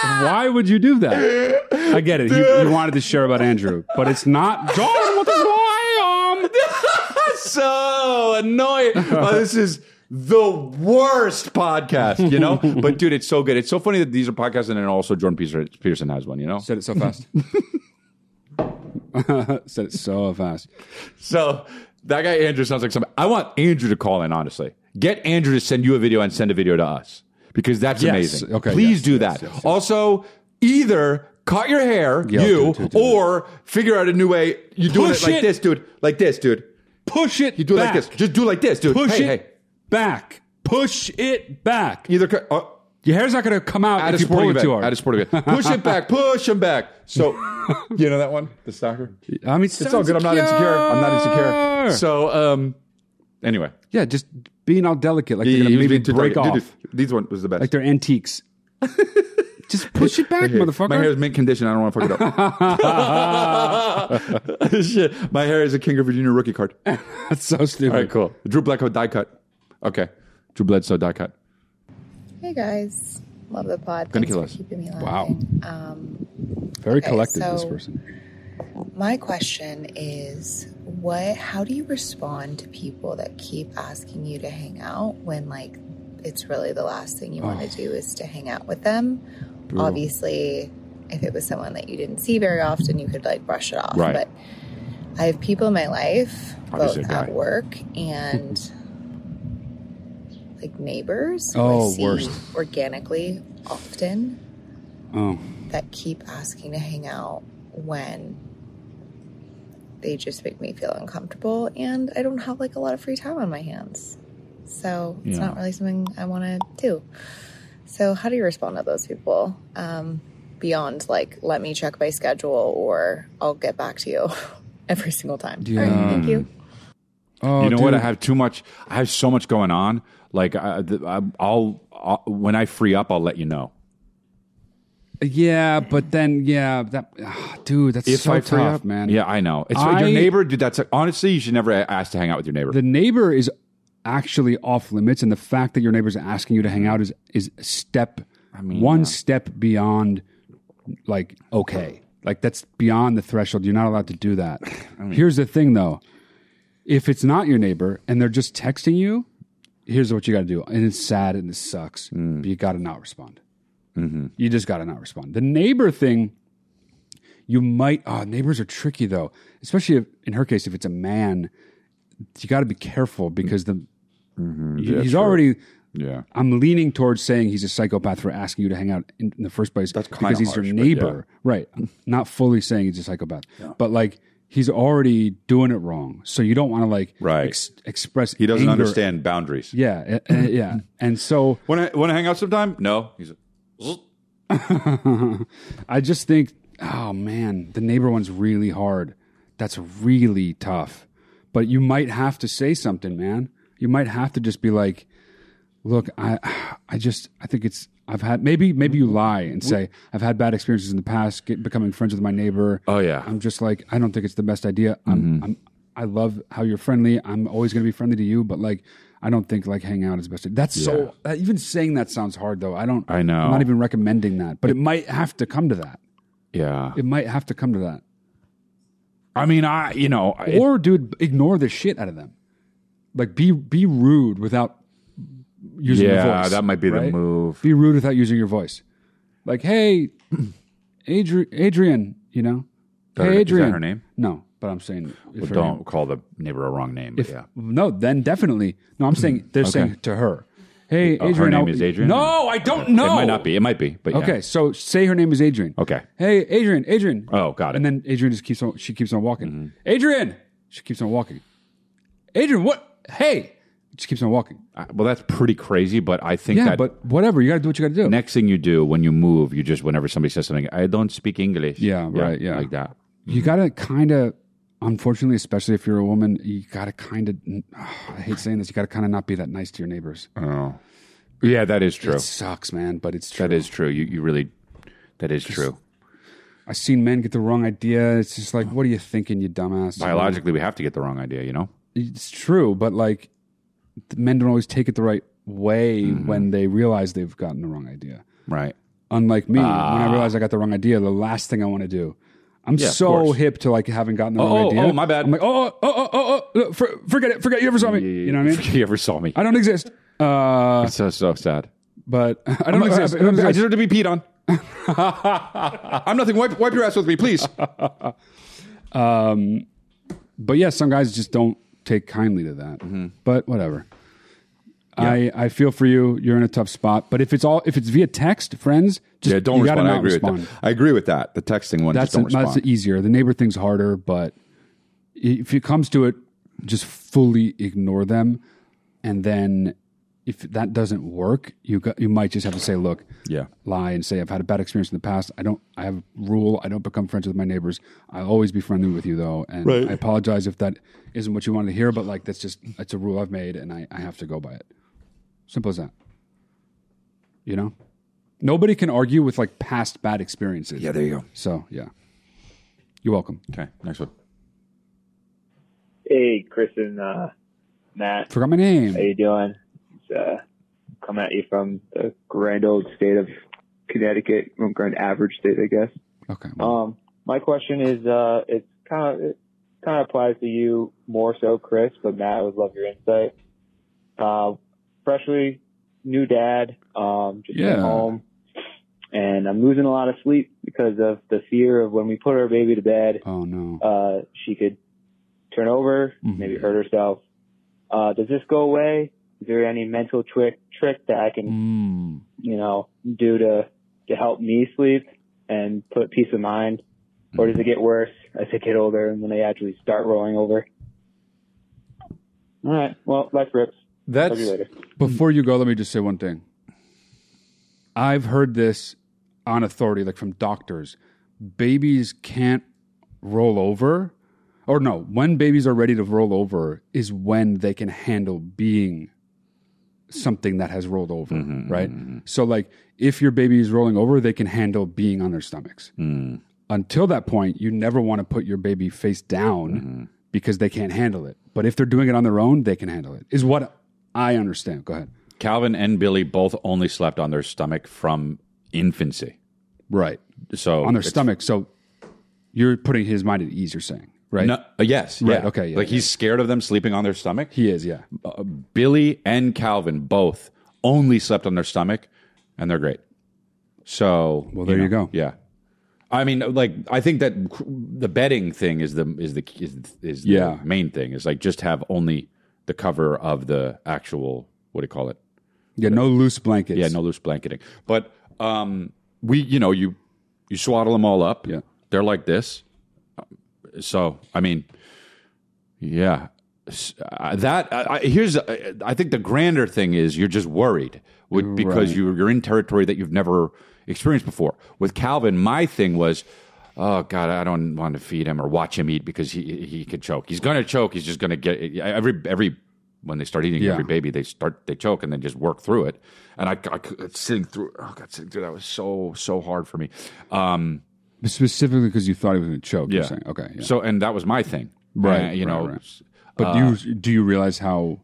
Speaker 2: why would you do that? I get it. He, he wanted to share about Andrew, but it's not Jordan with the slam.
Speaker 3: so annoying. Oh, this is the worst podcast, you know? but dude, it's so good. It's so funny that these are podcasts and then also Jordan Peterson- Peterson has one, you know?
Speaker 2: Said it so fast. Said it so fast.
Speaker 3: So that guy Andrew sounds like somebody. I want Andrew to call in. Honestly, get Andrew to send you a video and send a video to us because that's
Speaker 2: Yes.
Speaker 3: amazing.
Speaker 2: Okay,
Speaker 3: please
Speaker 2: yes,
Speaker 3: do
Speaker 2: yes,
Speaker 3: that.
Speaker 2: yes, yes.
Speaker 3: Also, either cut your hair,
Speaker 2: Yeah, I'll
Speaker 3: you,
Speaker 2: do it, do it, do it.
Speaker 3: or figure out a new way. You do it
Speaker 2: Push
Speaker 3: like
Speaker 2: it.
Speaker 3: this, dude. Like this, dude.
Speaker 2: Push it.
Speaker 3: You do it like this. Just do it like this, dude.
Speaker 2: Push
Speaker 3: hey,
Speaker 2: it
Speaker 3: hey.
Speaker 2: back. Push it back.
Speaker 3: Either cut. Uh,
Speaker 2: Your hair's not going to come out
Speaker 3: at a
Speaker 2: if you pull
Speaker 3: sporting
Speaker 2: it
Speaker 3: event.
Speaker 2: too hard.
Speaker 3: At a sporting event. Push it back. Push him back. So, you know that one, the stalker.
Speaker 2: I mean,
Speaker 3: It's all good. I'm not insecure. I'm not insecure. So, um, anyway,
Speaker 2: yeah, just being all delicate, like
Speaker 3: Yeah,
Speaker 2: they're
Speaker 3: yeah, he was
Speaker 2: gonna maybe
Speaker 3: being too
Speaker 2: break
Speaker 3: delicate.
Speaker 2: off,
Speaker 3: Dude, dude, these one was the best.
Speaker 2: like they're antiques. just push it back,
Speaker 3: Hey, My hair
Speaker 2: motherfucker.
Speaker 3: is mint condition. I don't want to fuck it up. Shit. My hair is a King of Virginia rookie card. All
Speaker 2: That's so stupid.
Speaker 3: right, cool. Drew Bledsoe die cut. Okay. Drew Bledsoe die cut.
Speaker 7: Hey guys, love the pod.
Speaker 3: Gonna
Speaker 7: Thanks
Speaker 3: kill
Speaker 7: for
Speaker 3: us.
Speaker 7: keeping me
Speaker 2: Wow.
Speaker 7: laughing. Um,
Speaker 2: Very
Speaker 7: Okay,
Speaker 2: collected.
Speaker 7: so-
Speaker 2: this person.
Speaker 7: my question is, what? How do you respond to people that keep asking you to hang out when, like, it's really the last thing you want to do is to hang out with them? Obviously, if it was someone that you didn't see very often, you could like brush it off.
Speaker 3: Right.
Speaker 7: But I have people in my life,
Speaker 3: Obviously
Speaker 7: both
Speaker 3: a guy.
Speaker 7: at work and like neighbors, who
Speaker 2: Oh,
Speaker 7: I see
Speaker 2: worst.
Speaker 7: organically often.
Speaker 2: Oh,
Speaker 7: that keep asking to hang out when they just make me feel uncomfortable and I don't have like a lot of free time on my hands. So it's
Speaker 2: Yeah.
Speaker 7: not really something I want to do. So, how do you respond to those people um, beyond like, let me check my schedule or I'll get back to you every single time? All right, thank you.
Speaker 2: Oh,
Speaker 3: you know what? I
Speaker 2: dude.
Speaker 3: have too much. I have so much going on. Like I, th- I, I'll, I'll when I free up, I'll let you know.
Speaker 2: Yeah, but then yeah, that ah, dude, that's so
Speaker 3: I free
Speaker 2: tough,
Speaker 3: up-
Speaker 2: man.
Speaker 3: Yeah, I know. It's
Speaker 2: I-
Speaker 3: your neighbor. Dude, that's honestly, you should never a- ask to hang out with your neighbor.
Speaker 2: the neighbor is actually off limits, and the fact that your neighbor's asking you to hang out is is a step one step beyond like okay, like that's beyond the threshold. You're not allowed to do that. here's the thing, though, if it's not your neighbor and they're just texting you, here's what you got to do, and it's sad and it sucks,
Speaker 3: Mm.
Speaker 2: but you got to not respond.
Speaker 3: Mm-hmm.
Speaker 2: You just got to not respond. The neighbor thing you might oh, neighbors are tricky though especially if, in her case if it's a man you got to be careful because the
Speaker 3: Mm-hmm. yeah,
Speaker 2: he's
Speaker 3: true.
Speaker 2: already
Speaker 3: yeah,
Speaker 2: i'm leaning towards saying he's a psychopath for asking you to hang out in, in the first place
Speaker 3: That's kinda
Speaker 2: because he's
Speaker 3: harsh,
Speaker 2: your
Speaker 3: but
Speaker 2: neighbor right not fully saying he's a psychopath but like he's already doing it wrong so you don't want to like
Speaker 3: Right.
Speaker 2: ex- express
Speaker 3: he doesn't
Speaker 2: anger.
Speaker 3: understand boundaries.
Speaker 2: yeah uh, uh, yeah and so
Speaker 3: Want to want to hang out sometime? No. He's
Speaker 2: I just think, oh man, the neighbor one's really hard. That's really tough. But you might have to say something, man. You might have to just be like, look, I, I just, I think it's, I've had maybe, maybe you lie and say I've had bad experiences in the past, get, becoming friends with my neighbor.
Speaker 3: Oh, yeah. Mm-hmm.
Speaker 2: I'm just like, I don't think it's the best idea. I'm, I'm, I love how you're friendly. I'm always going to be friendly to you, but like, I don't think like hanging out is the best. That's so. that- Even saying that sounds hard, though. I don't.
Speaker 3: I know.
Speaker 2: I'm not even recommending that, but it might have to come to that.
Speaker 3: yeah.
Speaker 2: It might have to come to that.
Speaker 3: I mean, I you know, it-
Speaker 2: Or, dude, ignore the shit out of them. Like, be be rude without using your
Speaker 3: Yeah,
Speaker 2: voice.
Speaker 3: that might be the
Speaker 2: right?
Speaker 3: move.
Speaker 2: Be rude without using your voice. Like, hey, Adri- Adrian, you know?
Speaker 3: that her-
Speaker 2: hey,
Speaker 3: is that
Speaker 2: Adrian.
Speaker 3: her name?
Speaker 2: No, but I'm saying if her
Speaker 3: don't
Speaker 2: name-
Speaker 3: call the neighbor a wrong name.
Speaker 2: if-
Speaker 3: yeah.
Speaker 2: No, then definitely. No, I'm saying they're saying to her. Hey,
Speaker 3: Oh, her
Speaker 2: Adrian.
Speaker 3: name
Speaker 2: I'll-
Speaker 3: is Adrian?
Speaker 2: No, I don't know.
Speaker 3: It might not be. It might be. But yeah.
Speaker 2: Okay, so say her name is Adrian.
Speaker 3: Okay.
Speaker 2: Hey, Adrian, Adrian.
Speaker 3: Oh, got it. Mm-hmm.
Speaker 2: And then Adrian just keeps on. She keeps on walking. Adrian. She keeps on walking. Adrian, what? Hey. She keeps on walking.
Speaker 3: Uh, well, that's pretty crazy. But I think
Speaker 2: Yeah,
Speaker 3: that
Speaker 2: but whatever. You got to do what you got to do.
Speaker 3: next thing you do when you move, you just whenever somebody says something, I don't speak English.
Speaker 2: Yeah, right, yeah.
Speaker 3: like that.
Speaker 2: you got to kind of, unfortunately, especially if you're a woman, you got to kind of. I hate saying this. You got to kind of not be that nice to your neighbors.
Speaker 3: Oh, yeah, that is true.
Speaker 2: It sucks, man, but it's true.
Speaker 3: That is true. You you really, that is true.
Speaker 2: I've seen men get the wrong idea. It's just like, what are you thinking, you dumbass?
Speaker 3: Biologically, we have to get the wrong idea. You know.
Speaker 2: it's true, but like the men don't always take it the right way when they realize they've gotten the wrong idea.
Speaker 3: Right.
Speaker 2: Unlike me, when I realize I got the wrong idea, the last thing I want to do. I'm
Speaker 3: Yeah, of
Speaker 2: so
Speaker 3: course.
Speaker 2: hip to like having gotten the
Speaker 3: Oh,
Speaker 2: wrong
Speaker 3: oh,
Speaker 2: idea.
Speaker 3: oh, my bad.
Speaker 2: I'm like, oh, oh, oh, oh, oh, oh for, forget it, forget you ever saw me. You know what I mean?
Speaker 3: you ever saw me?
Speaker 2: I don't exist. Uh,
Speaker 3: so so sad.
Speaker 2: but I don't
Speaker 3: I,
Speaker 2: exist. I don't exist.
Speaker 3: deserve to be peed on. I'm nothing. Wipe wipe your ass with me, please.
Speaker 2: Um, but yeah, some guys just don't take kindly to that. But whatever. I, I feel for you. You're in a tough spot. But if it's all if it's via text, friends, just
Speaker 3: Yeah, don't
Speaker 2: you gotta
Speaker 3: respond. I
Speaker 2: not
Speaker 3: agree
Speaker 2: respond.
Speaker 3: with that. I agree with that. The texting one.
Speaker 2: That's
Speaker 3: just don't
Speaker 2: that's
Speaker 3: respond.
Speaker 2: easier. The neighbor thing's harder, but if it comes to it, just fully ignore them, and then if that doesn't work, you got, you might just have to say, "Look,
Speaker 3: Yeah.
Speaker 2: lie and say I've had a bad experience in the past. I don't. I have a rule. I don't become friends with my neighbors. I'll always be friendly with you though, and I apologize if that isn't what you wanted to hear. But like that's just it's a rule I've made, and I, I have to go by it. Simple as that. You know, nobody can argue with like past bad experiences.
Speaker 3: yeah, there you go.
Speaker 2: So yeah, you're welcome.
Speaker 3: Okay, next one.
Speaker 8: Hey, Chris and uh, Matt,
Speaker 2: Forgot my
Speaker 8: how
Speaker 2: name.
Speaker 8: you doing? It's, uh, come at you from the grand old state of Connecticut, from grand average state, I guess.
Speaker 2: Okay.
Speaker 8: Um, my question is, uh, it's kind of it kind of applies to you more so, Chris, but Matt, I would love your insight. Uh, freshly new dad, um, just
Speaker 2: Yeah.
Speaker 8: came home, and I'm losing a lot of sleep because of the fear of when we put our baby to bed,
Speaker 2: Oh no.
Speaker 8: uh, she could turn over,
Speaker 2: Mhm.
Speaker 8: maybe hurt herself. Uh, does this go away? Is there any mental trick trick that I can
Speaker 2: Mm.
Speaker 8: you know, do to to help me sleep and put peace of mind? Or does it get worse as I get older and when I actually start rolling over? All right. Well, life rips. Talk to you
Speaker 3: That's
Speaker 8: later.
Speaker 2: Before you go, let me just say one thing. I've heard this on authority, like from doctors. Babies can't roll over, or no, when babies are ready to roll over is when they can handle being something that has rolled over, right? So, like, if your baby is rolling over, they can handle being on their stomachs. Until that point, you never want to put your baby face down because they can't handle it. But if they're doing it on their own, they can handle it, is what I understand. Go ahead.
Speaker 3: Calvin and Billy both only slept on their stomach from infancy.
Speaker 2: Right.
Speaker 3: So
Speaker 2: on
Speaker 3: Oh,
Speaker 2: their
Speaker 3: it's-
Speaker 2: stomach. So you're putting his mind at ease, you're saying, right?
Speaker 3: No, uh, yes.
Speaker 2: Right,
Speaker 3: yeah.
Speaker 2: okay, yeah,
Speaker 3: like
Speaker 2: yeah.
Speaker 3: he's scared of them sleeping on their stomach.
Speaker 2: He is, yeah.
Speaker 3: Uh, Billy and Calvin both only slept on their stomach, and they're great. So
Speaker 2: Well, there you
Speaker 3: know,
Speaker 2: go.
Speaker 3: Yeah, I mean, like I think that cr- the bedding thing is the is the is, is the
Speaker 2: Yeah.
Speaker 3: main thing. Is like just have only the cover of the actual what do you call it?
Speaker 2: Yeah, no loose blankets.
Speaker 3: Yeah, no loose blanketing. But um, we, you know, you you swaddle them all up.
Speaker 2: Yeah.
Speaker 3: they're like this. So I mean, yeah. S- Uh, that I, I, here's uh, I think the grander thing is you're just worried with, because
Speaker 2: Right.
Speaker 3: you you're in territory that you've never experienced before. With Calvin, my thing was. Oh God! I don't want to feed him or watch him eat because he he could choke. He's gonna choke. He's just gonna get every every when they start eating
Speaker 2: Yeah.
Speaker 3: every baby they start they choke and then just work through it. And I, I could- sitting through oh God, sitting through that was so so hard for me. Um,
Speaker 2: Specifically because you thought he was going to choke, you're saying. Okay. yeah.
Speaker 3: So and that was my thing.
Speaker 2: Right,
Speaker 3: Uh, you
Speaker 2: right,
Speaker 3: know. uh,
Speaker 2: right. but you do you realize how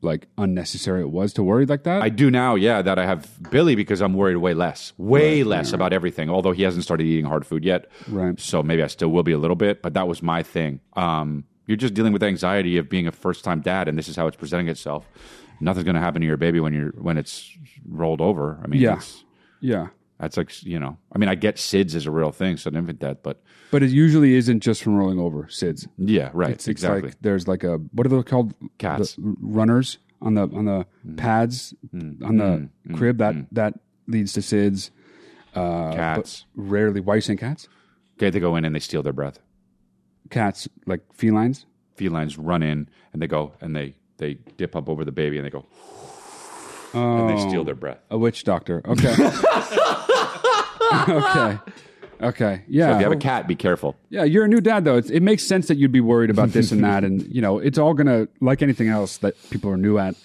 Speaker 2: like unnecessary it was to worry like that?
Speaker 3: I do now, yeah, that I have Billy because I'm worried way less, way less about everything. Although he hasn't started eating hard food yet,
Speaker 2: Right.
Speaker 3: So maybe I still will be a little bit, but that was my thing. Um, you're just dealing with anxiety of being a first time dad, and this is how it's presenting itself. Nothing's going to happen to your baby when you're when it's rolled over. I mean,
Speaker 2: Yeah.
Speaker 3: it's-
Speaker 2: yeah.
Speaker 3: that's like you know. I mean, I get SIDS is a real thing, so infant death, but
Speaker 2: But it usually isn't just from rolling over, SIDS.
Speaker 3: yeah, right,
Speaker 2: It's
Speaker 3: exactly.
Speaker 2: like there's like a what are they called?
Speaker 3: Cats. Mm.
Speaker 2: The runners on the on the pads on the crib that that leads to SIDS. Uh,
Speaker 3: Cats,
Speaker 2: Rarely why are you saying cats?
Speaker 3: okay, they go in and they steal their breath.
Speaker 2: Cats like felines?
Speaker 3: Felines run in and they go and they they dip up over the baby and they go and they steal their breath.
Speaker 2: Oh. A witch doctor. Okay. okay. Okay. Yeah.
Speaker 3: So if you have a cat, be careful.
Speaker 2: yeah. You're a new dad, though. It's, it makes sense that you'd be worried about this and that. And, you know, it's all going to, like anything else that people are new at,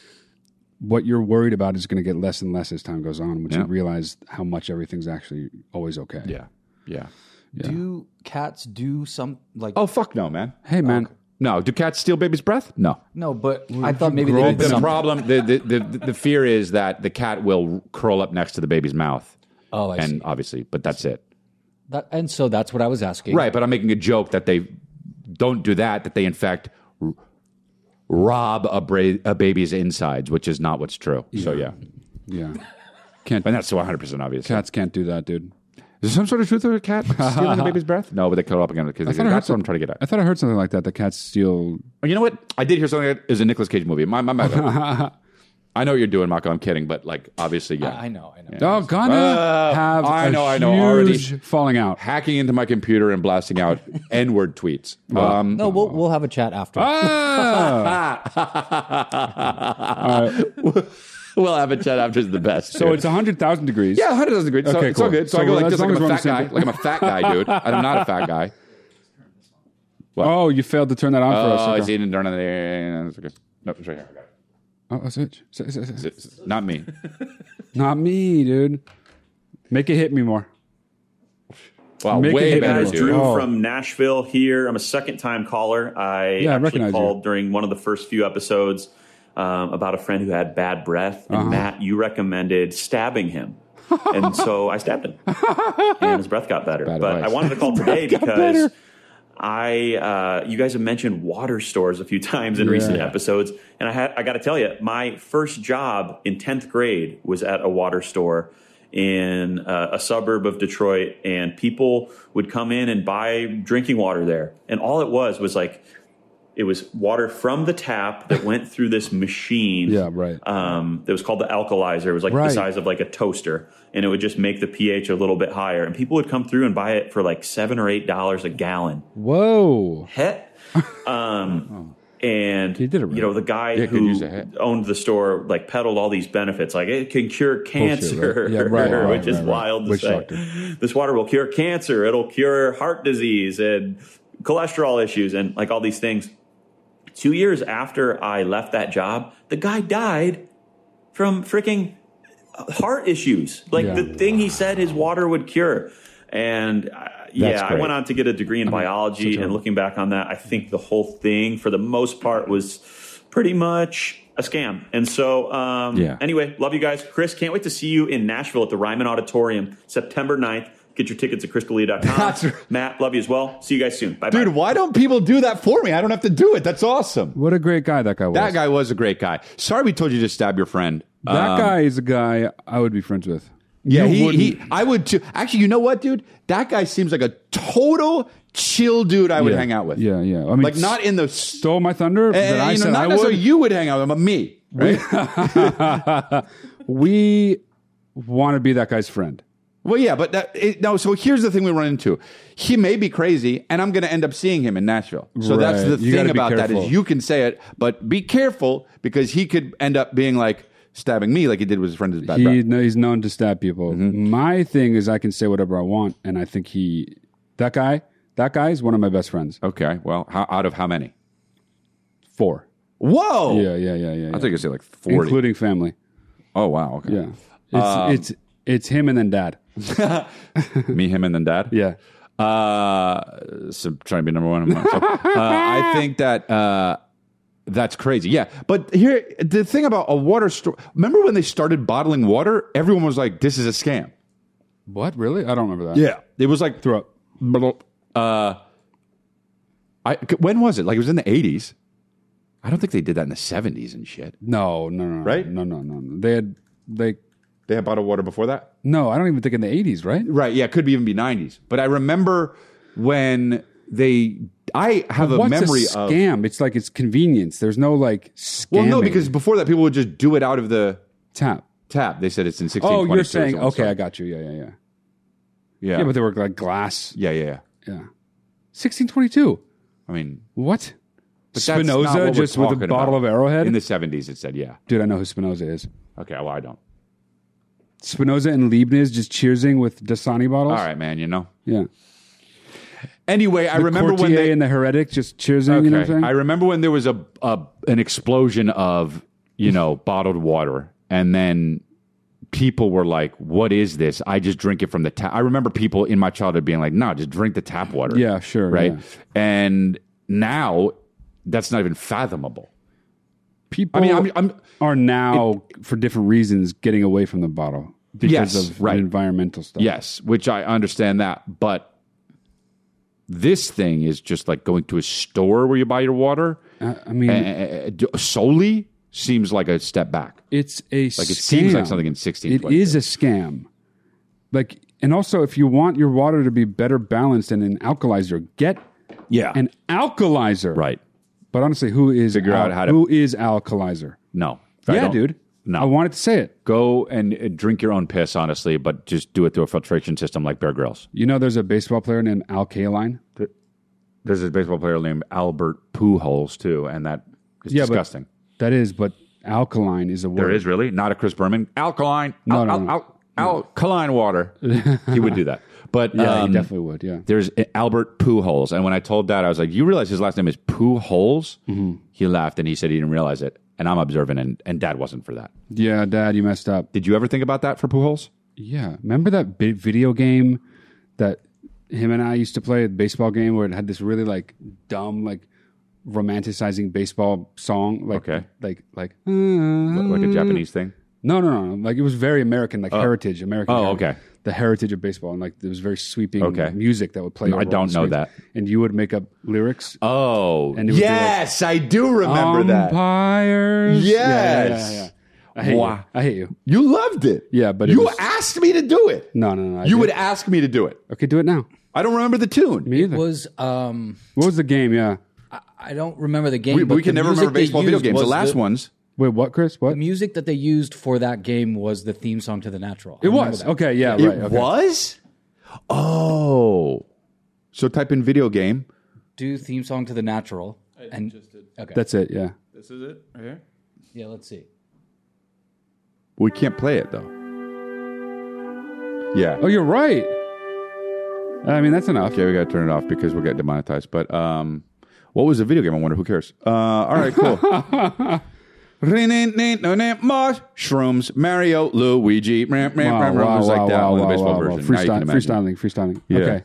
Speaker 2: what you're worried about is going to get less and less as time goes on, which you
Speaker 3: Yeah.
Speaker 2: realize how much everything's actually always okay.
Speaker 3: Yeah. Yeah.
Speaker 9: Do cats do some like?
Speaker 3: Oh fuck no, man.
Speaker 2: Hey, man.
Speaker 3: No, do cats steal baby's breath? No.
Speaker 9: no, but I thought maybe
Speaker 2: grow
Speaker 9: they
Speaker 2: up
Speaker 9: did
Speaker 3: The
Speaker 2: in Some-
Speaker 9: something.
Speaker 3: problem, the, the the the fear is that the cat will curl up next to the baby's mouth,
Speaker 9: Oh, I see.
Speaker 3: and obviously, but that's it,
Speaker 9: That, and so that's what I was asking.
Speaker 3: right? But I'm making a joke that they don't do that; that they in fact r- rob a, bra- a baby's insides, which is not what's true. So yeah,
Speaker 2: Yeah.
Speaker 3: and that's 100 percent obvious.
Speaker 2: Cats can't do that, dude.
Speaker 3: Is there some sort of truth to a cat stealing a baby's breath? No, but they curl up again because
Speaker 2: I thought I heard
Speaker 3: that's what I'm
Speaker 2: some-
Speaker 3: trying to get at.
Speaker 2: I thought I heard something like that. The cats steal.
Speaker 3: Oh, You know what? I did hear something that is a Nicolas Cage movie. My, my, my I know what you're doing, Marco. I'm kidding, but like, obviously, yeah.
Speaker 9: I know. I know.
Speaker 2: Oh, gonna
Speaker 3: Uh,
Speaker 2: have
Speaker 3: I
Speaker 2: a
Speaker 3: know, I know,
Speaker 2: huge
Speaker 3: already.
Speaker 2: falling out.
Speaker 3: Hacking into my computer and blasting out N-word tweets. Um,
Speaker 9: No, we'll we'll have a chat after.
Speaker 2: Ah!
Speaker 3: we'll have a chat after is the best.
Speaker 2: so
Speaker 3: dude.
Speaker 2: it's 100,000 degrees.
Speaker 3: yeah, hundred doesn't agree. So
Speaker 2: Okay,
Speaker 3: it's all
Speaker 2: cool.
Speaker 3: good. So,
Speaker 2: So
Speaker 3: I go like
Speaker 2: as
Speaker 3: this,
Speaker 2: long
Speaker 3: like I'm
Speaker 2: as
Speaker 3: a
Speaker 2: we're on
Speaker 3: fat
Speaker 2: the same-
Speaker 3: guy, like I'm a fat guy, dude, and I'm not a fat guy.
Speaker 2: Oh, you failed to turn that on for us.
Speaker 3: Oh,
Speaker 2: Okay.
Speaker 3: I see it in there. No, it's right here. I got it.
Speaker 2: Oh, that's it. S- s- s-
Speaker 3: It's not me.
Speaker 2: Not me, dude. Make it hit me more.
Speaker 3: Wow,
Speaker 2: Make it
Speaker 3: way
Speaker 2: hit
Speaker 3: better,
Speaker 2: me.
Speaker 10: guys,
Speaker 3: dude.
Speaker 10: Drew
Speaker 2: Oh.
Speaker 10: from Nashville here. I'm a second time caller. I
Speaker 2: Yeah, I
Speaker 10: actually
Speaker 2: recognize
Speaker 10: called
Speaker 2: you.
Speaker 10: during one of the first few episodes um, about a friend who had bad breath.
Speaker 2: Uh-huh.
Speaker 10: And Matt, you recommended stabbing him. and so I stabbed him. And his breath got better.
Speaker 3: Bad
Speaker 10: but
Speaker 3: advice.
Speaker 10: I wanted to call today because I uh, you guys have mentioned water stores a few times in recent episodes, and I had I got to tell you, my first job in tenth grade was at a water store in uh, a suburb of Detroit, and people would come in and buy drinking water there, and all it was was like it was water from the tap that went through this machine
Speaker 2: Yeah, right.
Speaker 10: um, that was called the alkalizer. It was like
Speaker 2: Right.
Speaker 10: the size of like a toaster, and it would just make the pH a little bit higher. And people would come through and buy it for like seven or eight dollars a gallon.
Speaker 2: Whoa.
Speaker 10: Heh. Um,
Speaker 3: Oh.
Speaker 10: and you know the guy
Speaker 3: Yeah, could use a
Speaker 10: who
Speaker 3: hat.
Speaker 10: owned the store like peddled all these benefits like it can cure cancer
Speaker 3: right? Yeah, right, right,
Speaker 10: which is
Speaker 3: right, right.
Speaker 10: wild to
Speaker 3: Witch
Speaker 10: say this water will cure cancer it'll cure heart disease and cholesterol issues and like all these things two years after i left that job the guy died from freaking heart issues like
Speaker 11: Yeah.
Speaker 10: the thing he said his water would cure and uh, yeah i
Speaker 11: great.
Speaker 10: went on to get a degree in biology
Speaker 11: such a-
Speaker 10: and looking back on that i think the whole thing for the most part was pretty much a scam and so um,
Speaker 3: Yeah.
Speaker 10: anyway love you guys chris can't wait to see you in nashville at the ryman auditorium september 9th get your tickets at crystallia.com matt love you as well see you guys soon bye
Speaker 3: Dude, why don't people do that for me? I don't have to do it. That's awesome. What a great guy that guy was. That guy was a great guy. Sorry we told you to stab your friend.
Speaker 2: That
Speaker 3: Um,
Speaker 2: guy is a guy I would be friends with.
Speaker 3: Yeah,
Speaker 2: You
Speaker 3: he,
Speaker 2: wouldn't-
Speaker 3: he. I would too. Actually, you know what, dude? That guy seems like a total chill dude. I would
Speaker 2: Yeah.
Speaker 3: hang out with.
Speaker 2: Yeah, yeah. I mean,
Speaker 3: like not in the
Speaker 2: stole my thunder.
Speaker 3: And,
Speaker 2: that I
Speaker 3: you know,
Speaker 2: said
Speaker 3: not
Speaker 2: I
Speaker 3: necessarily
Speaker 2: would.
Speaker 3: you would hang out with him, but me. Right?
Speaker 2: we want to be that guy's friend.
Speaker 3: well, yeah, but that it, no. So here's the thing we run into. He may be crazy, and I'm going to end up seeing him in Nashville. So that's
Speaker 2: Right.
Speaker 3: the
Speaker 2: You gotta
Speaker 3: thing
Speaker 2: be
Speaker 3: about that is
Speaker 2: careful.
Speaker 3: you can say it, but be careful because he could end up being like stabbing me, like he did with his friend. His bad Mm-hmm.
Speaker 2: he
Speaker 3: breath.
Speaker 2: kn- he's known to stab people. My thing is I can say whatever I want, and I think he that guy that guy is one of my best friends.
Speaker 3: Okay, well, how, out of how many?
Speaker 2: Four.
Speaker 3: Whoa.
Speaker 2: Yeah, yeah, yeah, yeah.
Speaker 3: I think I say like forty,
Speaker 2: including family.
Speaker 3: Oh wow. Okay.
Speaker 2: Yeah, it's
Speaker 3: Um,
Speaker 2: it's it's him and then dad.
Speaker 3: me, him, and then dad.
Speaker 2: Yeah.
Speaker 3: Uh, so trying to be number one. among myself. uh, I think that uh, that's crazy. Yeah, but here the thing about a water store. Remember when they started bottling water? Everyone was like, "This is a scam."
Speaker 2: What really? I don't remember that.
Speaker 3: Yeah, it was like
Speaker 2: throw
Speaker 3: up. Uh, I when was it? Like it was in the eighties. I don't think they did that in the seventies and shit.
Speaker 2: No, no, no.
Speaker 3: Right?
Speaker 2: No, no, no. no. They had they
Speaker 3: they had bottled water before that.
Speaker 2: No, I don't even think in the eighties, right?
Speaker 3: Right. Yeah. Could be even be nineties. But I remember when they. I have a
Speaker 2: What's
Speaker 3: memory of
Speaker 2: scam. It's like it's convenience. There's no like scamming.
Speaker 3: Well, no, because before that, people would just do it out of the
Speaker 2: tap.
Speaker 3: Tap. They said it's in sixteen.
Speaker 2: oh, you're saying okay, I got you. Yeah, yeah, yeah.
Speaker 3: yeah,
Speaker 2: Yeah, but they were like glass.
Speaker 3: yeah, yeah, yeah.
Speaker 2: Yeah, sixteen twenty two.
Speaker 3: I mean,
Speaker 2: What?
Speaker 3: but that's not what
Speaker 2: Spinoza
Speaker 3: we're
Speaker 2: just with a
Speaker 3: talking
Speaker 2: bottle
Speaker 3: about.
Speaker 2: of Arrowhead.
Speaker 3: in the seventies. It said, yeah.
Speaker 2: Dude, I know who Spinoza is.
Speaker 3: Okay, well, I don't.
Speaker 2: Spinoza and Leibniz just cheersing with Dasani bottles.
Speaker 3: All right, man. You know.
Speaker 2: Yeah.
Speaker 3: Anyway, I
Speaker 2: The
Speaker 3: remember when
Speaker 2: courtier
Speaker 3: they.
Speaker 2: and the heretic just cheersing.
Speaker 3: okay,
Speaker 2: You know what I'm saying?
Speaker 3: I remember when there was a, a an explosion of you know bottled water, and then people were like, "What is this? I just drink it from the tap." I remember people in my childhood being like, "No, just drink the tap water."
Speaker 2: Yeah, sure.
Speaker 3: right?
Speaker 2: yeah.
Speaker 3: And now that's not even fathomable.
Speaker 2: People
Speaker 3: I mean, I'm- I'm-
Speaker 2: are now for different reasons getting away from the bottle because
Speaker 3: Yes,
Speaker 2: of
Speaker 3: right.
Speaker 2: environmental stuff.
Speaker 3: Yes, which I understand that, but this thing is just like going to a store where you buy your water.
Speaker 2: I, I mean,
Speaker 3: eh, eh, solely seems like a step back.
Speaker 2: It's a
Speaker 3: Like it seems like
Speaker 2: scam.
Speaker 3: something in
Speaker 2: It
Speaker 3: 1620.
Speaker 2: is a scam. Like, and also, if you want your water to be better balanced and an alkalizer, get
Speaker 3: yeah
Speaker 2: an alkalizer.
Speaker 3: Right.
Speaker 2: But honestly, who is
Speaker 3: Figure out how to-
Speaker 2: who is alkalizer?
Speaker 3: No. I
Speaker 2: yeah,
Speaker 3: don't-
Speaker 2: dude.
Speaker 3: No.
Speaker 2: I wanted to say it.
Speaker 3: Go and eh, drink your own piss, honestly, but just do it through a filtration system like Bear Grylls.
Speaker 2: You know, there's a baseball player named Al Kaline.
Speaker 3: There's a baseball player named Albert Pujols too, and that is
Speaker 2: Yeah, but-
Speaker 3: disgusting.
Speaker 2: That is, but alkaline is a word.
Speaker 3: There is really not a Chris Berman alkaline,
Speaker 2: No,
Speaker 3: al-
Speaker 2: no,
Speaker 3: al-
Speaker 2: no.
Speaker 3: al- alkaline water. he would do that, but
Speaker 2: Yeah,
Speaker 3: um,
Speaker 2: you definitely would. Yeah.
Speaker 3: There's Albert Pujols, and when I told Dad, I was like, "You realize his last name is Pujols?"
Speaker 2: Mm-hmm.
Speaker 3: He laughed and he said he didn't realize it, and I'm observant, and, and Dad wasn't for that.
Speaker 2: Yeah, Dad, you messed up.
Speaker 3: Did you ever think about that for Pujols?
Speaker 2: Yeah. Remember that big video game that him and I used to play, a baseball game where it had this really like dumb, like romanticizing baseball song, like
Speaker 3: Okay.
Speaker 2: like like
Speaker 3: Li- like a Japanese thing?
Speaker 2: No, no, no, no. Like it was very American, like
Speaker 3: Oh.
Speaker 2: heritage, American.
Speaker 3: Oh,
Speaker 2: heritage.
Speaker 3: okay.
Speaker 2: The heritage of baseball, and like there was very sweeping
Speaker 3: Okay.
Speaker 2: music that would play.
Speaker 3: No, I
Speaker 2: over all
Speaker 3: don't
Speaker 2: the
Speaker 3: know
Speaker 2: screens.
Speaker 3: that.
Speaker 2: And you would make up lyrics.
Speaker 3: Oh,
Speaker 2: And it would be like-
Speaker 3: I do
Speaker 2: Umpires. Yeah, yeah,
Speaker 3: Yes.
Speaker 2: yeah, yeah. I hate
Speaker 3: Wow.
Speaker 2: you. I hate you.
Speaker 3: You loved it.
Speaker 2: Yeah, but it
Speaker 3: you
Speaker 2: was-
Speaker 3: asked me to do it.
Speaker 2: No, no, no. I
Speaker 3: you
Speaker 2: did.
Speaker 3: would ask me to do it.
Speaker 2: Okay, do it now.
Speaker 3: I don't remember the tune.
Speaker 2: Me either.
Speaker 9: It was um,
Speaker 2: what was the game? Yeah.
Speaker 9: I don't remember the game.
Speaker 3: we,
Speaker 9: but
Speaker 3: we can
Speaker 9: the
Speaker 3: never
Speaker 9: music
Speaker 3: remember
Speaker 9: they
Speaker 3: baseball video
Speaker 9: used
Speaker 3: games. The
Speaker 9: was
Speaker 3: last
Speaker 9: the,
Speaker 3: ones.
Speaker 2: Wait, what, Chris? What?
Speaker 9: The music that they used for that game was the theme song to The Natural. I
Speaker 2: It
Speaker 9: remember
Speaker 2: was.
Speaker 9: that.
Speaker 2: Okay, yeah,
Speaker 3: It
Speaker 2: right. Okay.
Speaker 3: was? Oh. So type in video game.
Speaker 9: Do theme song to The Natural.
Speaker 4: I
Speaker 9: And-
Speaker 4: just did.
Speaker 9: okay.
Speaker 2: That's it, yeah.
Speaker 4: This is it right here.
Speaker 9: Yeah, let's see.
Speaker 3: We can't play it though. Yeah.
Speaker 2: Oh, you're right. I mean, that's enough.
Speaker 3: Okay, we got to turn it off because we'll get demonetized. But um, what was the video game? I wonder. Who cares? Uh, all right, cool. mm, Mushrooms, Mario, Luigi, ramp, ramp, ramp, ramp. It was like that one of the baseball version. Now you can
Speaker 2: Freestyling,
Speaker 3: imagine.
Speaker 2: freestyling, freestyling.
Speaker 3: Yeah.
Speaker 2: Okay.